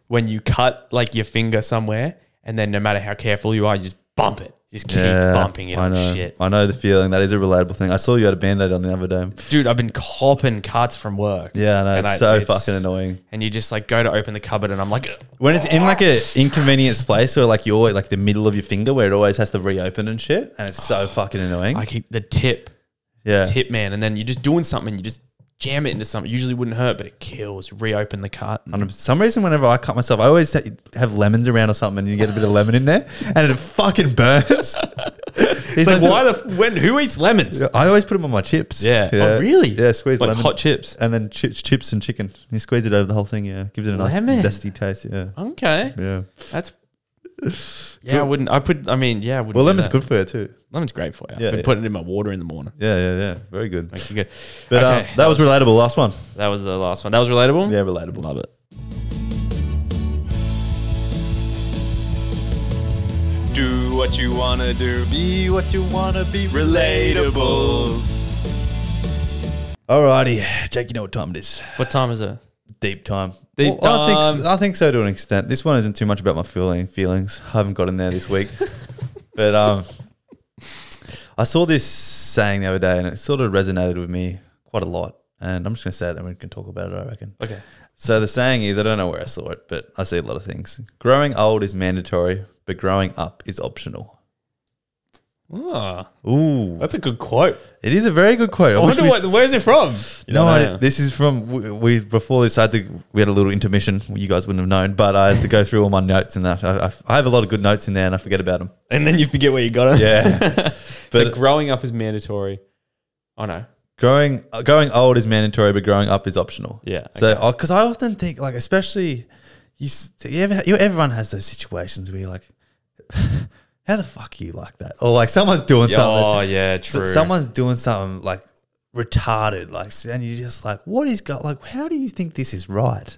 Speaker 1: When you cut like your finger somewhere, and then no matter how careful you are, you just bump it. Just keep
Speaker 2: Yeah,
Speaker 1: bumping it
Speaker 2: I
Speaker 1: on
Speaker 2: know.
Speaker 1: shit.
Speaker 2: I know the feeling. That is a relatable thing. I saw you had a band aid on the other day.
Speaker 1: Dude, I've been copping cuts from work.
Speaker 2: Yeah, I know.
Speaker 1: And
Speaker 2: It's so fucking annoying.
Speaker 1: And you just like go to open the cupboard, and I'm like,
Speaker 2: When it's in like a inconvenient space or like you're like the middle of your finger where it always has to reopen and shit, and it's so fucking annoying.
Speaker 1: I keep the tip,
Speaker 2: yeah.
Speaker 1: tip man, and then you're just doing something, you just jam it into something. Usually wouldn't hurt, but it kills. Reopen the cut.
Speaker 2: For some reason, whenever I cut myself, I always ha- have lemons around or something, and you get a bit of lemon in there, and it fucking burns. He's
Speaker 1: Like, why the f- when who eats lemons?
Speaker 2: I always put them on my chips.
Speaker 1: Yeah. Oh, really?
Speaker 2: Yeah, squeeze
Speaker 1: Like
Speaker 2: lemon.
Speaker 1: hot chips?
Speaker 2: And then chi- chips and chicken. You squeeze it over the whole thing. Yeah. Gives it a nice
Speaker 1: Lemon.
Speaker 2: zesty taste. Yeah.
Speaker 1: Okay.
Speaker 2: Yeah.
Speaker 1: That's yeah. I wouldn't. I put. I mean, yeah. I wouldn't
Speaker 2: Well,
Speaker 1: do
Speaker 2: lemon's
Speaker 1: that.
Speaker 2: good for you too.
Speaker 1: Lemon's great for you.
Speaker 2: Yeah,
Speaker 1: I've been
Speaker 2: yeah.
Speaker 1: putting it in my water in the morning.
Speaker 2: Yeah, yeah, yeah. Very good.
Speaker 1: Makes you good.
Speaker 2: But um,
Speaker 1: okay.
Speaker 2: that, was, relatable. Last one.
Speaker 1: that was the last one. That was relatable.
Speaker 2: Yeah, relatable.
Speaker 1: Love it.
Speaker 3: Do what you wanna do. Be what you wanna be. Relatables.
Speaker 2: Alrighty, Jake. You know what time it is?
Speaker 1: What time is it?
Speaker 2: Deep time.
Speaker 1: Deep
Speaker 2: I think
Speaker 1: time.
Speaker 2: so, I think so to an extent. This one isn't too much about my feeling feelings. I haven't gotten there this week, but um, I saw this saying the other day, and it sort of resonated with me quite a lot. And I'm just gonna say it, then we can talk about it. I reckon.
Speaker 1: Okay.
Speaker 2: So the saying is, I don't know where I saw it, but I see a lot of things. Growing old is mandatory, but growing up is optional.
Speaker 1: Ah,
Speaker 2: Ooh,
Speaker 1: that's a good quote.
Speaker 2: it is a very good quote. I
Speaker 1: I
Speaker 2: wish
Speaker 1: wonder
Speaker 2: we
Speaker 1: what,
Speaker 2: s-
Speaker 1: where's it from? You
Speaker 2: No,
Speaker 1: don't
Speaker 2: I
Speaker 1: know.
Speaker 2: don't- this is from we, we before this. I had to, we had a little intermission. You guys wouldn't have known, but I had to go through all my notes and that. I, I, I have a lot of good notes in there, and I forget about them.
Speaker 1: and then you forget where you got it.
Speaker 2: Yeah,
Speaker 1: But
Speaker 2: but
Speaker 1: growing up is mandatory. Oh no.
Speaker 2: growing uh, growing old is mandatory, but growing up is optional.
Speaker 1: Yeah,
Speaker 2: So because I often think like, especially you, s- you, ever, you everyone has those situations where you're like, how the fuck are you like that, or like someone's doing something.
Speaker 1: Oh yeah,
Speaker 2: So-
Speaker 1: true.
Speaker 2: someone's doing something like retarded, like, and you're just like, what is go Like, how do you think this is right?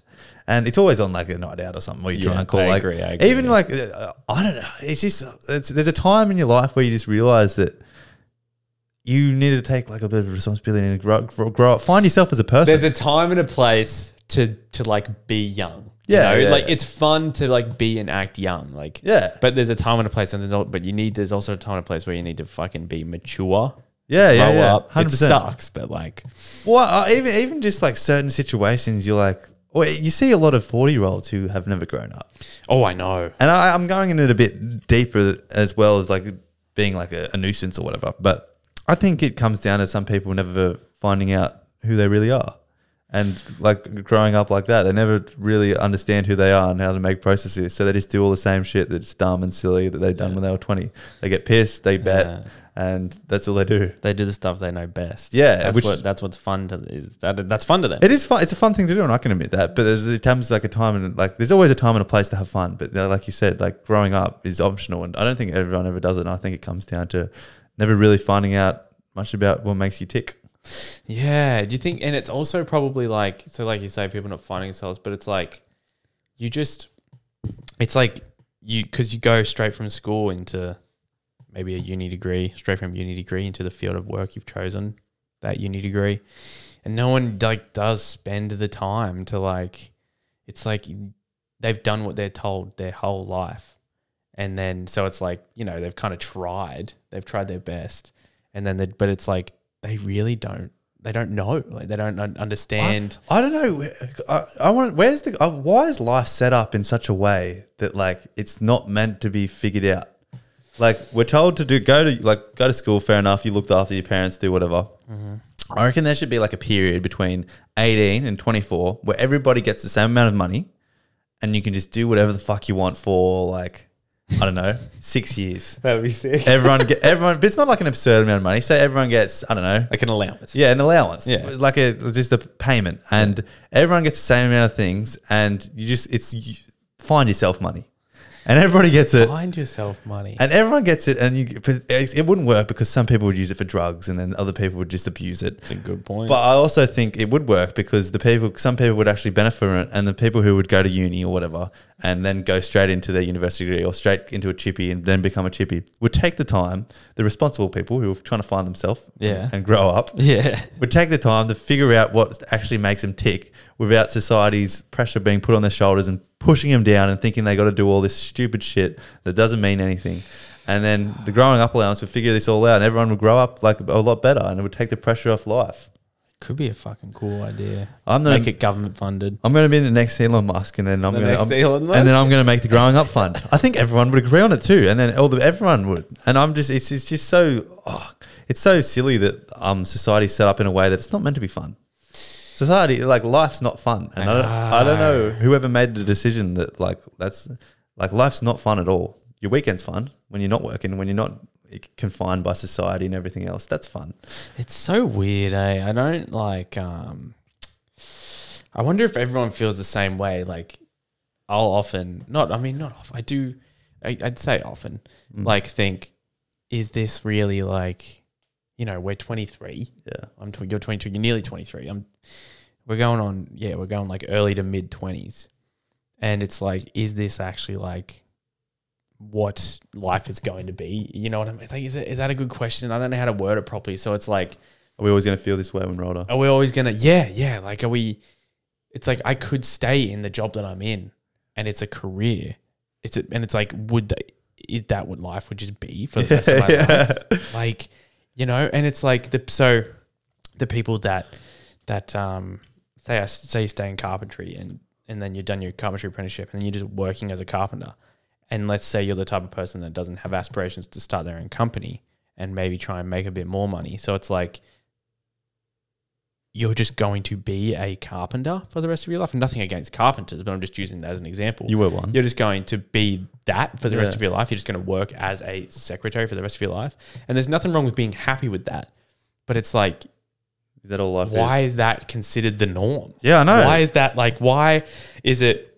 Speaker 2: And it's always on like a night out or something where you're
Speaker 1: Yeah,
Speaker 2: trying to call.
Speaker 1: I
Speaker 2: like,
Speaker 1: agree, I agree,
Speaker 2: even
Speaker 1: yeah.
Speaker 2: like, uh, I don't know. It's just uh, it's, there's a time in your life where you just realize that you need to take like a bit of responsibility and grow, grow, grow up, find yourself as a person.
Speaker 1: There's a time and a place to to like be young. You
Speaker 2: Yeah,
Speaker 1: know?
Speaker 2: yeah,
Speaker 1: like
Speaker 2: yeah.
Speaker 1: it's fun to like be and act young. Like
Speaker 2: Yeah.
Speaker 1: but there's a time and a place, and there's al- but you need there's also a time and a place where you need to fucking be mature,
Speaker 2: yeah, yeah,
Speaker 1: grow
Speaker 2: yeah,
Speaker 1: up.
Speaker 2: hundred
Speaker 1: It
Speaker 2: percent.
Speaker 1: sucks, but like
Speaker 2: Well, uh, even even just like certain situations, you're like, Well, you see a lot of 40 year olds who have never grown up.
Speaker 1: Oh, I know.
Speaker 2: And I, I'm going in it a bit deeper as well as like being like a, a nuisance or whatever. But I think it comes down to some people never finding out who they really are. And like growing up like that, they never really understand who they are and how to make processes. So they just do all the same shit that's dumb and silly that they've done when they were 20. They get pissed, they bet,
Speaker 1: Yeah.
Speaker 2: and that's all they do.
Speaker 1: They do the stuff they know best.
Speaker 2: Yeah,
Speaker 1: that's
Speaker 2: which-
Speaker 1: what that's what's fun to is that that's fun to them.
Speaker 2: It is fun. It's a fun thing to do, and I can admit that. But there's it comes like a time and like there's always a time and a place to have fun. But uh, like you said, like growing up is optional, and I don't think everyone ever does it. And I think it comes down to never really finding out much about what makes you tick.
Speaker 1: Yeah. Do you think? And it's also probably like so, like you say, people not finding themselves, but it's like you just, it's like you because you go straight from school into maybe a uni degree, straight from uni degree into the field of work you've chosen that uni degree, and no one like does spend the time to like, it's like they've done what they're told their whole life, and then so it's like you know they've kind of tried, they've tried their best, and then they, but it's like they really don't. They don't know. Like they don't un- understand.
Speaker 2: I, I don't know. I, I want. Where's the? Uh, why is life set up in such a way that like it's not meant to be figured out? Like we're told to do go to like go to school. Fair enough. You looked after your parents. Do whatever. I reckon there should be like a period between eighteen and twenty four where everybody gets the same amount of money, and you can just do whatever the fuck you want for like I don't know six years.
Speaker 1: That would be sick.
Speaker 2: Everyone get everyone, but it's not like an absurd amount of money. Say everyone gets I don't know
Speaker 1: Like an allowance.
Speaker 2: yeah, an allowance.
Speaker 1: Yeah.
Speaker 2: Like a just a payment. And everyone gets the same amount of things and you just it's you find yourself money. And everybody gets it.
Speaker 1: Find yourself money.
Speaker 2: And everyone gets it and you it wouldn't work because some people would use it for drugs and then other people would just abuse it.
Speaker 1: That's a good point.
Speaker 2: But I also think it would work because the people, some people would actually benefit from it, and the people who would go to uni or whatever, and then go straight into their university degree or straight into a chippy and then become a chippy, would take the time. The responsible people who are trying to find themselves,
Speaker 1: Yeah.
Speaker 2: and grow up,
Speaker 1: yeah.
Speaker 2: would take the time to figure out what actually makes them tick without society's pressure being put on their shoulders and pushing them down and thinking they got to do all this stupid shit that doesn't mean anything. And then the growing up allowance would figure this all out and everyone would grow up like a lot better and it would take the pressure off life.
Speaker 1: Could be a fucking cool idea.
Speaker 2: I'm the
Speaker 1: Make it government funded.
Speaker 2: I'm going to be the next Elon Musk, and then I'm
Speaker 1: The
Speaker 2: going to,
Speaker 1: next Elon Musk?
Speaker 2: and then I'm going to make the growing up fund. I think everyone would agree on it too, and then all the everyone would. And I'm just, it's, it's just so, oh, it's so silly that um society's set up in a way that it's not meant to be fun. Society, like life's not fun, and I don't, I don't know whoever made the decision that like that's like life's not fun at all. Your weekend's fun when you're not working, when you're not confined by society and everything else. That's fun.
Speaker 1: It's so weird, eh? I don't like. Um, I wonder if everyone feels the same way. Like, I'll often not. I mean, not off. I do. I, I'd say often. Like, think, is this really like, you know, we're twenty three.
Speaker 2: Yeah.
Speaker 1: I'm tw- you're 22, you're nearly 23. I'm we're going on yeah, we're going like early to mid 20s. And it's like is this actually like what life is going to be? You know what I mean? Like is it is that a good question? I don't know how to word it properly. So it's like
Speaker 2: Are we always going to feel this way when we're older?
Speaker 1: are we always gonna yeah yeah like are we it's like i could stay in the job that i'm in and it's a career it's a, and it's like would that is that what life would just be for the rest of my life like you know and it's like the so the people that that um say I, say you stay in carpentry and and then you've done your carpentry apprenticeship and then you're just working as a carpenter and let's say you're the type of person that doesn't have aspirations to start their own company and maybe try and make a bit more money so it's like you're just going to be a carpenter for the rest of your life. Nothing against carpenters, but I'm just using that as an example.
Speaker 2: You were one.
Speaker 1: You're just going to be that for the rest
Speaker 2: Yeah.
Speaker 1: of your life. You're just going to work as a secretary for the rest of your life. And there's nothing wrong with being happy with that. But it's like,
Speaker 2: Is that all life
Speaker 1: why
Speaker 2: is?
Speaker 1: is that considered the norm?
Speaker 2: Yeah, I know.
Speaker 1: Why is that like? Why is it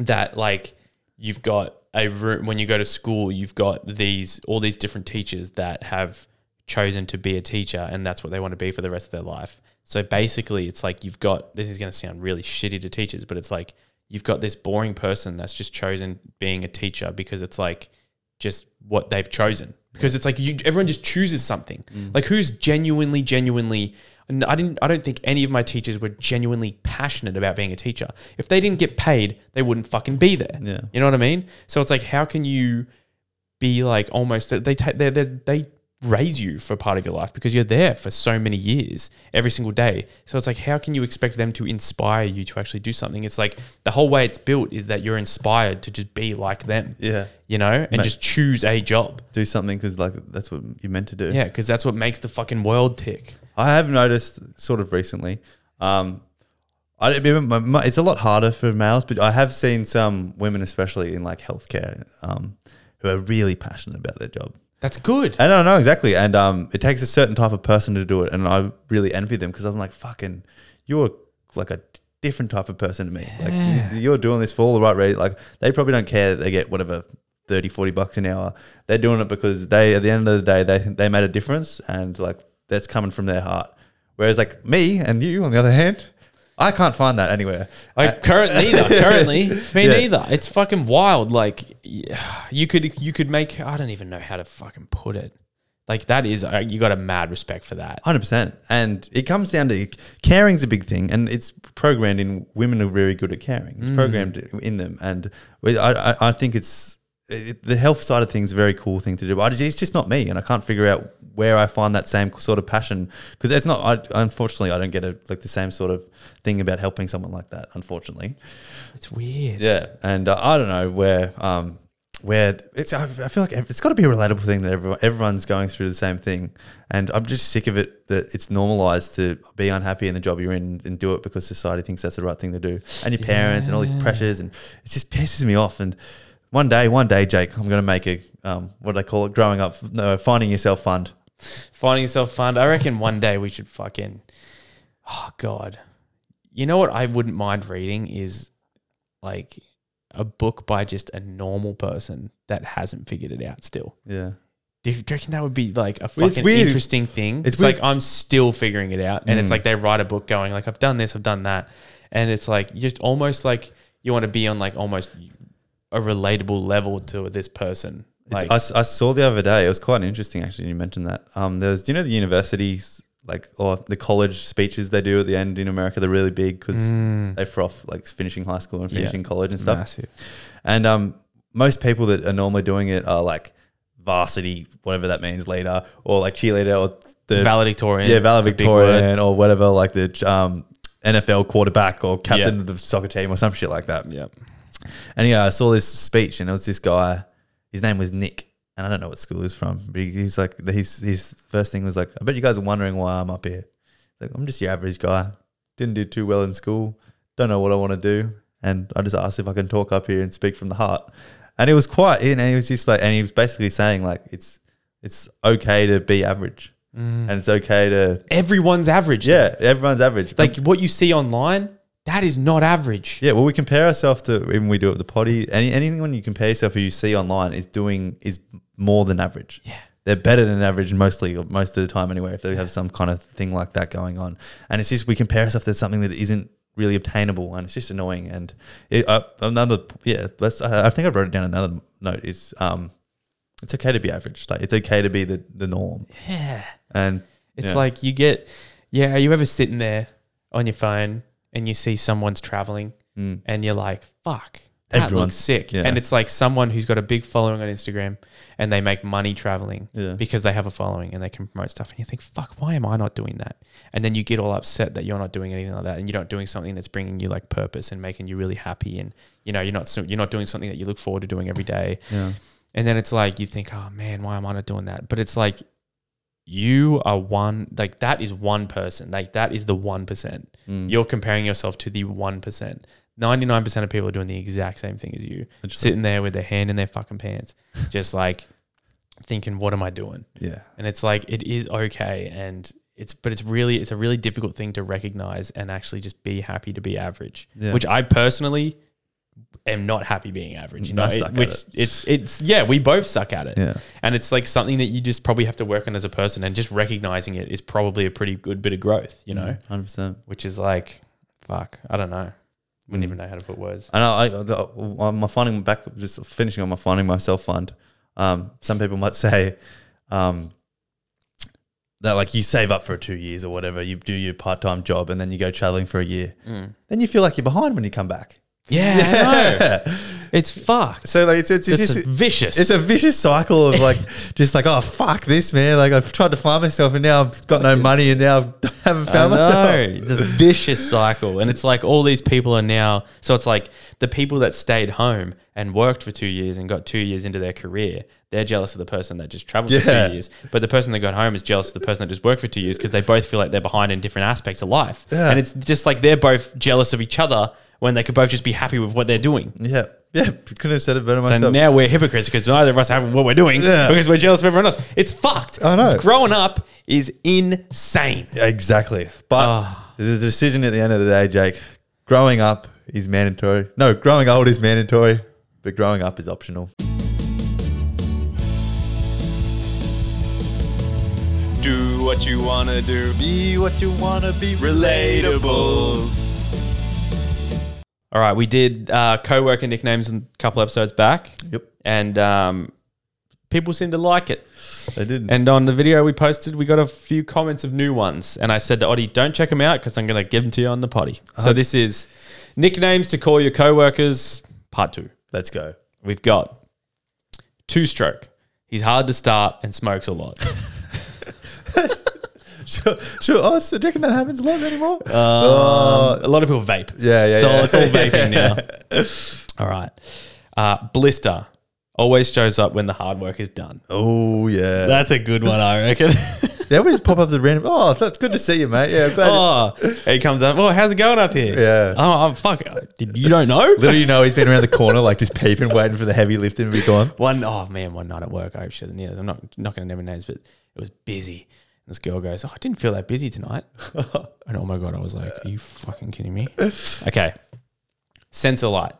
Speaker 1: that like you've got a room when you go to school? You've got these all these different teachers that have chosen to be a teacher, and that's what they want to be for the rest of their life. So basically, it's like you've got this is going to sound really shitty to teachers, but it's like you've got this boring person that's just chosen being a teacher because it's like just what they've chosen because it's like you everyone just chooses something like who's genuinely genuinely and I didn't I don't think any of my teachers were genuinely passionate about being a teacher if they didn't get paid they wouldn't fucking be there
Speaker 2: Yeah.
Speaker 1: you know what I mean so it's like how can you be like almost they ta- they they they raise you for part of your life because you're there for so many years every single day. So it's like, how can you expect them to inspire you to actually do something? It's like the whole way it's built is that you're inspired to just be like them.
Speaker 2: Yeah.
Speaker 1: You know, and
Speaker 2: Mate.
Speaker 1: just choose a job.
Speaker 2: Do something because like that's what you're meant to do.
Speaker 1: Yeah, because that's what makes the fucking world tick.
Speaker 2: I have noticed sort of recently. Um, I don't remember. My, my, it's a lot harder for males, but I have seen some women, especially in like healthcare, um, who are really passionate about their job.
Speaker 1: That's good.
Speaker 2: And I don't know exactly. And um, it takes a certain type of person to do it, and I really envy them because I'm like, fucking, you're like a different type of person to me. Like you're doing this for all the right reasons. Like they probably don't care that they get whatever 30, 40 bucks an hour. They're doing it because they, at the end of the day, they they made a difference, and like that's coming from their heart. Whereas like me and you, on the other hand, I can't find that anywhere.
Speaker 1: I currently neither. Currently, me
Speaker 2: Uh, Yeah.
Speaker 1: neither. It's fucking wild. Like y- you could you could make. I don't even know how to fucking put it. Like that is uh, you got a mad respect for that.
Speaker 2: Hundred percent, and it comes down to caring's a big thing, and it's programmed in women are very good at caring. It's programmed in them, and we- I, I, I think it's it, the health side of things a very cool thing to do. But it's just not me, and I can't figure out where I find that same sort of passion because it's not. I, unfortunately, I don't get a, like the same sort of thing about helping someone like that. Unfortunately,
Speaker 1: It's weird.
Speaker 2: yeah, and uh, I don't know where um where it's I, I feel like it's got to be a relatable thing that everyone everyone's going through the same thing, and I'm just sick of it that it's normalized to be unhappy in the job you're in and do it because society thinks that's the right thing to do, and your parents and all these pressures and it just pisses me off and. One day, one day, Jake, I'm going to make a um, what do they call it? Growing up, no, finding yourself fund.
Speaker 1: Finding yourself fun. I reckon one day we should fucking. Oh god, you know what I wouldn't mind reading is like a book by just a normal person that hasn't figured it out still.
Speaker 2: Yeah,
Speaker 1: Do you reckon that would be like a
Speaker 2: Well, it's
Speaker 1: fucking
Speaker 2: weird.
Speaker 1: interesting thing?
Speaker 2: It's
Speaker 1: It's,
Speaker 2: weird. Mm.
Speaker 1: like I'm still figuring it out, and it's like they write a book going like I've done this, I've done that, and it's like you're just almost like you want to be on like almost a relatable level to this person.
Speaker 2: It's-
Speaker 1: Like
Speaker 2: I s- I, saw the other day. It was quite interesting, actually. You mentioned that. Um, there's, do you know, the universities like or the college speeches they do at the end in America. They're really big because they froth like finishing high school and
Speaker 1: Mm. Yeah.
Speaker 2: finishing college and stuff.
Speaker 1: massive.
Speaker 2: And um, most people that are normally doing it are like varsity, whatever that means, leader or like cheerleader or the
Speaker 1: valedictorian.
Speaker 2: yeah,
Speaker 1: It's a big word.
Speaker 2: valedictorian or whatever, like the um, NFL quarterback or captain
Speaker 1: Yeah.
Speaker 2: of the soccer team or some shit like that.
Speaker 1: Yep.
Speaker 2: And yeah, I saw this speech, and it was this guy. His name was Nick, and I don't know what school he was from. But he, he was like, his his first thing was like, I bet you guys are wondering why I'm up here. Like, I'm just your average guy. Didn't do too well in school. Don't know what I want to do, and I just asked if I can talk up here and speak from the heart. And it was quite in, and he was just like, and he was basically saying like, it's it's okay to be average, and it's okay to
Speaker 1: Everyone's average. though.
Speaker 2: yeah, everyone's average.
Speaker 1: Like what you see online, that is not average.
Speaker 2: Yeah, well, we compare ourselves to when we do it at the potty. Any anything when you compare yourself or you see online is doing is more than average.
Speaker 1: Yeah.
Speaker 2: they're better than average mostly or most of the time anyway. If they have some kind of thing like that going on, and it's just we compare ourselves to something that isn't really obtainable, and it's just annoying. And it, uh, another, yeah, that's, I I think I wrote it down. Another note is um, it's okay to be average. Like it's okay to be the the norm.
Speaker 1: Yeah.
Speaker 2: And
Speaker 1: It's
Speaker 2: yeah.
Speaker 1: like you get, yeah, are you ever sitting there on your phone and you see someone's traveling
Speaker 2: mm,
Speaker 1: and you're like, fuck, that
Speaker 2: Everyone.
Speaker 1: looks sick.
Speaker 2: Yeah.
Speaker 1: And it's like someone who's got a big following on Instagram and they make money traveling
Speaker 2: Yeah.
Speaker 1: because they have a following and they can promote stuff. And you think, fuck, why am I not doing that? And then you get all upset that you're not doing anything like that and you're not doing something that's bringing you like purpose and making you really happy. And, you know, you're not, so- you're not doing something that you look forward to doing every day.
Speaker 2: yeah,
Speaker 1: And then it's like you think, oh man, why am I not doing that? But it's like you are one, like that is one person. Like that is the 1%.
Speaker 2: Mm.
Speaker 1: You're comparing yourself to the 1%. 99% of people are doing the exact same thing as you, sitting there with their hand in their fucking pants, just like thinking, what am I doing?
Speaker 2: yeah.
Speaker 1: And it's like, it is okay. And it's, but it's really, it's a really difficult thing to recognize and actually just be happy to be average,
Speaker 2: Yeah.
Speaker 1: which I personally am not happy being average. You
Speaker 2: I
Speaker 1: know,
Speaker 2: suck
Speaker 1: it,
Speaker 2: at
Speaker 1: which
Speaker 2: it.
Speaker 1: it's, it's, yeah, we both suck at it.
Speaker 2: Yeah.
Speaker 1: And it's like something that you just probably have to work on as a person and just recognizing it is probably a pretty good bit of growth, you know,
Speaker 2: Mm, Hundred percent.
Speaker 1: which is like, fuck, I don't know. Wouldn't even know how to put words.
Speaker 2: And I, I the, on my finding back, just finishing on my finding myself fund. Um, some people might say um, that like you save up for two years or whatever, you do your part time job, and then you go traveling for a year. Then you feel like you're behind when you come back.
Speaker 1: Yeah, Mm. I know. it's fucked.
Speaker 2: So like it's it's, it's
Speaker 1: It's
Speaker 2: just
Speaker 1: vicious.
Speaker 2: It's a vicious cycle of like just like oh fuck this man like I've tried to find myself and now I've got no money and now I haven't found myself.
Speaker 1: No, the vicious cycle. And it's like all these people are now. So it's like the people that stayed home and worked for two years and got two years into their career, they're jealous of the person that just traveled for
Speaker 2: Yeah.
Speaker 1: two years. But the person that got home is jealous of the person that just worked for two years because they both feel like they're behind in different aspects of life.
Speaker 2: Yeah.
Speaker 1: And it's just like they're both jealous of each other when they could both just be happy with what they're doing.
Speaker 2: Yeah, yeah, couldn't have said it better
Speaker 1: And
Speaker 2: myself.
Speaker 1: now we're hypocrites because neither of us have what we're doing
Speaker 2: Yeah.
Speaker 1: because we're jealous of everyone else. It's fucked.
Speaker 2: I know.
Speaker 1: Growing up is insane.
Speaker 2: exactly, but
Speaker 1: Ah.
Speaker 2: there's a decision at the end of the day, Jake. Growing up is mandatory. No, growing old is mandatory, but growing up is optional.
Speaker 3: Do what you wanna do. Be what you wanna be. Relatables.
Speaker 1: All right, we did uh, co-worker nicknames a couple episodes back.
Speaker 2: Yep.
Speaker 1: And um, people seemed to like it.
Speaker 2: They didn't.
Speaker 1: And on the video we posted, we got a few comments of new ones. And I said to Oddie, don't check them out because I'm going to give them to you on the potty.
Speaker 2: Uh-huh.
Speaker 1: So this is nicknames to call your co-workers, part two.
Speaker 2: Let's go.
Speaker 1: We've got two-stroke. He's hard to start and smokes a lot.
Speaker 2: Sure, sure. Oh, so do you reckon that happens a lot anymore?
Speaker 1: a lot of people vape.
Speaker 2: Uh, yeah, yeah,
Speaker 1: Uh, It's,
Speaker 2: yeah.
Speaker 1: All, it's all vaping now. All right. Uh, blister. Always shows up when the hard work is done.
Speaker 2: oh yeah.
Speaker 1: That's a good one, I reckon.
Speaker 2: They always pop up the random. Oh, that's good to see you, mate. Yeah, glad you-
Speaker 1: oh, he comes up. Well, how's it going up here?
Speaker 2: Yeah.
Speaker 1: Oh, I'm fuck. did- You don't know?
Speaker 2: Little you know, he's been around the corner, like just peeping, waiting for the heavy lifting to be gone.
Speaker 1: one oh man, one night at work. I hope she doesn't hear this. I'm not not going to name names, but it was busy. And this girl goes, "Oh, I didn't feel that busy tonight." and oh my god, I was like, "Are you fucking kidding me?" Okay. Sensor light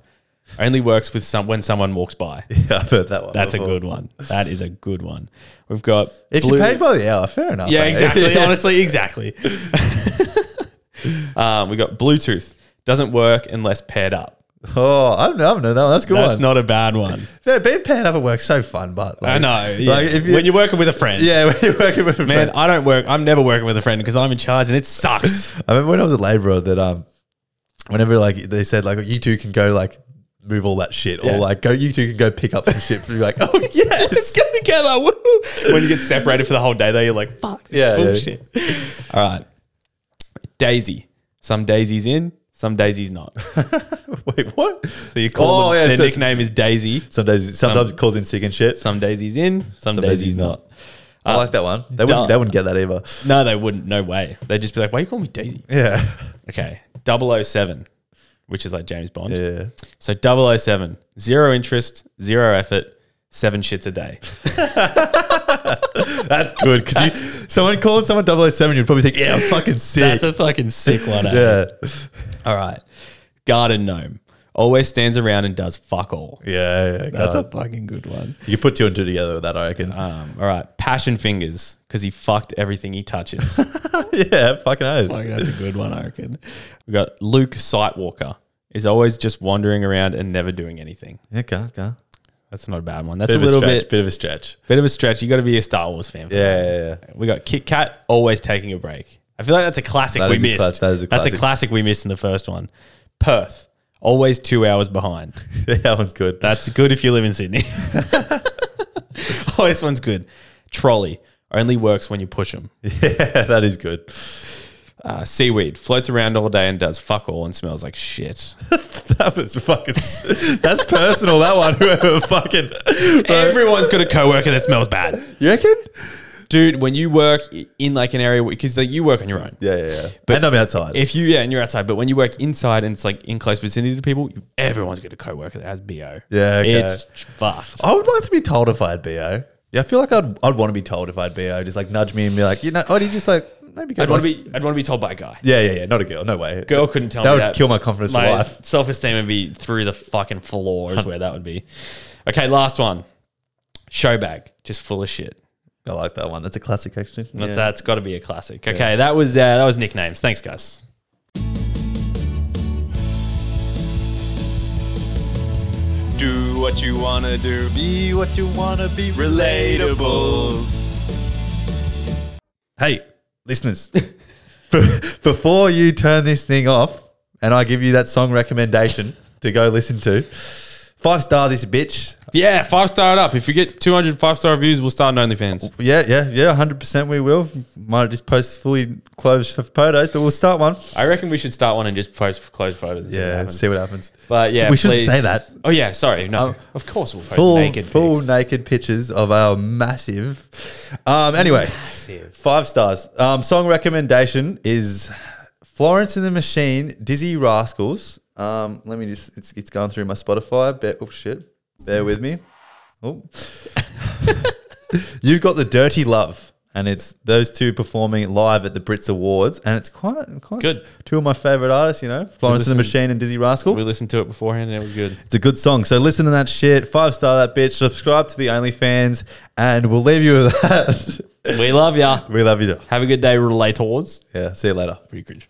Speaker 1: only works with some when someone walks by.
Speaker 2: Yeah, I've heard that one.
Speaker 1: That's a
Speaker 2: before.
Speaker 1: good one. That is a good one. We've got
Speaker 2: If
Speaker 1: blue-
Speaker 2: you're paid by the hour, fair enough.
Speaker 1: Yeah,
Speaker 2: eh?
Speaker 1: exactly. Honestly, exactly. um, we got Bluetooth doesn't work unless paired up.
Speaker 2: oh, I don't know. I don't know that one. That's a good
Speaker 1: That's
Speaker 2: one.
Speaker 1: not a bad one.
Speaker 2: yeah, being paired up at work's so fun, but like,
Speaker 1: I know. yeah.
Speaker 2: Like if you,
Speaker 1: when you're working with a friend,
Speaker 2: yeah, when you're working with a
Speaker 1: Man,
Speaker 2: man.
Speaker 1: I don't work. I'm never working with a friend because I'm in charge and it sucks.
Speaker 2: I remember when I was at labourer that um, whenever like they said like you two can go like move all that shit or like go you two can go pick up some shit. You're like, oh yes,
Speaker 1: Let's go together. Woo. When you get separated for the whole day, though, you're like, fuck, this yeah,
Speaker 2: Yeah, yeah.
Speaker 1: bullshit. All right. Daisy. Some Daisy's in, some Daisy's not.
Speaker 2: Wait, what?
Speaker 1: So you call
Speaker 2: Oh,
Speaker 1: them,
Speaker 2: yeah,
Speaker 1: their
Speaker 2: so-
Speaker 1: nickname Um, is Daisy.
Speaker 2: Sometimes sometimes it calls in sick and shit.
Speaker 1: Some Daisy's in, some,
Speaker 2: days
Speaker 1: Daisy's,
Speaker 2: he's
Speaker 1: not.
Speaker 2: I like that one. They
Speaker 1: uh, duh.
Speaker 2: wouldn't, they wouldn't get that either.
Speaker 1: No, they wouldn't. No way. They'd just be like, why you call me Daisy?
Speaker 2: Yeah.
Speaker 1: Okay. 007, which is like James Bond.
Speaker 2: Yeah.
Speaker 1: So 007, zero interest, zero effort, seven shits a day.
Speaker 2: That's good because someone calling someone 007, you'd probably think, yeah, I'm fucking sick.
Speaker 1: That's a fucking sick one. eh?
Speaker 2: yeah.
Speaker 1: All right. Garden gnome. Always stands around and does fuck all.
Speaker 2: Yeah. yeah
Speaker 1: That's
Speaker 2: God.
Speaker 1: a fucking good one.
Speaker 2: you could put two and two together with that, I reckon.
Speaker 1: Um, all right. Passion fingers because he fucked everything he touches.
Speaker 2: yeah, fucking oath.
Speaker 1: Like, that's a good one, I reckon. We got Luke Sightwalker is always just wandering around and never doing anything.
Speaker 2: Okay, okay.
Speaker 1: That's not a bad one. That's
Speaker 2: Bit
Speaker 1: a
Speaker 2: of a
Speaker 1: little
Speaker 2: stretch.
Speaker 1: bit
Speaker 2: Bit of a stretch.
Speaker 1: bit of a stretch. You got to be a Star Wars fan. for that.
Speaker 2: Yeah, yeah, yeah.
Speaker 1: We got Kit Kat always taking a break. I feel like that's a classic
Speaker 2: That
Speaker 1: we
Speaker 2: is a
Speaker 1: missed.
Speaker 2: clas- that is a
Speaker 1: That's a
Speaker 2: classic.
Speaker 1: classic we missed in the first one. Perth always two hours behind.
Speaker 2: Yeah, that one's good.
Speaker 1: That's good if you live in Sydney. oh, this one's good. Trolley only works when you push them.
Speaker 2: yeah, that is good.
Speaker 1: Uh, seaweed floats around all day and does fuck all and smells like shit.
Speaker 2: That was fucking. that's personal. That one. Whoever fucking.
Speaker 1: Everyone's got a coworker that smells bad,
Speaker 2: You reckon?
Speaker 1: dude. When you work i- in like an area because like, you work on your own.
Speaker 2: Yeah, yeah, yeah. and I'm outside.
Speaker 1: If you yeah, and you're outside, but when you work inside and it's like in close vicinity to people, you- everyone's got a coworker that has bo.
Speaker 2: Yeah, okay. Oh,
Speaker 1: it's fucked.
Speaker 2: I would like to be told if I had BO. Yeah, I feel like I'd, I'd want to be told if I had BO. Just like nudge me and be like, you know, oh, you just like maybe go.
Speaker 1: I'd want to
Speaker 2: nice-
Speaker 1: be I'd want to be told by a guy.
Speaker 2: Yeah, yeah, yeah. Not a girl. No way.
Speaker 1: Girl couldn't tell
Speaker 2: That
Speaker 1: me
Speaker 2: would
Speaker 1: that.
Speaker 2: kill my confidence for
Speaker 1: my
Speaker 2: life.
Speaker 1: self esteem would be through the fucking floor is where that would be. Okay, last one. Showbag, just full of shit.
Speaker 2: I like that one. That's a classic, actually.
Speaker 1: That's,
Speaker 2: Yeah.
Speaker 1: that's got to be a classic. Okay, that was uh, that was nicknames. Thanks, guys.
Speaker 3: Do what you wanna do. Be what you wanna be. Relatables.
Speaker 2: Hey, listeners, be- before you turn this thing off and I give you that song recommendation, to go listen to. Five star this bitch.
Speaker 1: Yeah, five star it up. If you get 200 five star reviews, we'll start an OnlyFans.
Speaker 2: Yeah, yeah, yeah. Hundred percent, we will. Might just post fully clothes for photos, but we'll start one.
Speaker 1: I reckon we should start one and just post closed photos. And
Speaker 2: Yeah,
Speaker 1: See
Speaker 2: see
Speaker 1: what happens.
Speaker 2: what happens.
Speaker 1: but yeah,
Speaker 2: We shouldn't
Speaker 1: please.
Speaker 2: say that. Um,
Speaker 1: Oh yeah, sorry. No, of course we'll post
Speaker 2: full
Speaker 1: naked.
Speaker 2: full
Speaker 1: pics.
Speaker 2: naked pictures of our massive. Um, anyway, five stars. Um, song recommendation is Florence and the Machine, Dizzy Rascals. Um, let me just it's it's going through my Spotify. Bear, oh shit, bear with me. Oh, you've got the Dirty Love. And it's those two performing live at the Brits Awards, and it's quite, quite
Speaker 1: Good.
Speaker 2: Two of my favorite artists, you know, Florence and the
Speaker 1: listen-
Speaker 2: Machine and Dizzy Rascal.
Speaker 1: We listened to it beforehand and it was good.
Speaker 2: It's a good song. So listen to that shit. Five star that bitch. Subscribe to the OnlyFans, and we'll leave you with that.
Speaker 1: We love ya.
Speaker 2: we love you. though.
Speaker 1: Have a good day, relators.
Speaker 2: Yeah. See you later.
Speaker 1: Pretty cringe.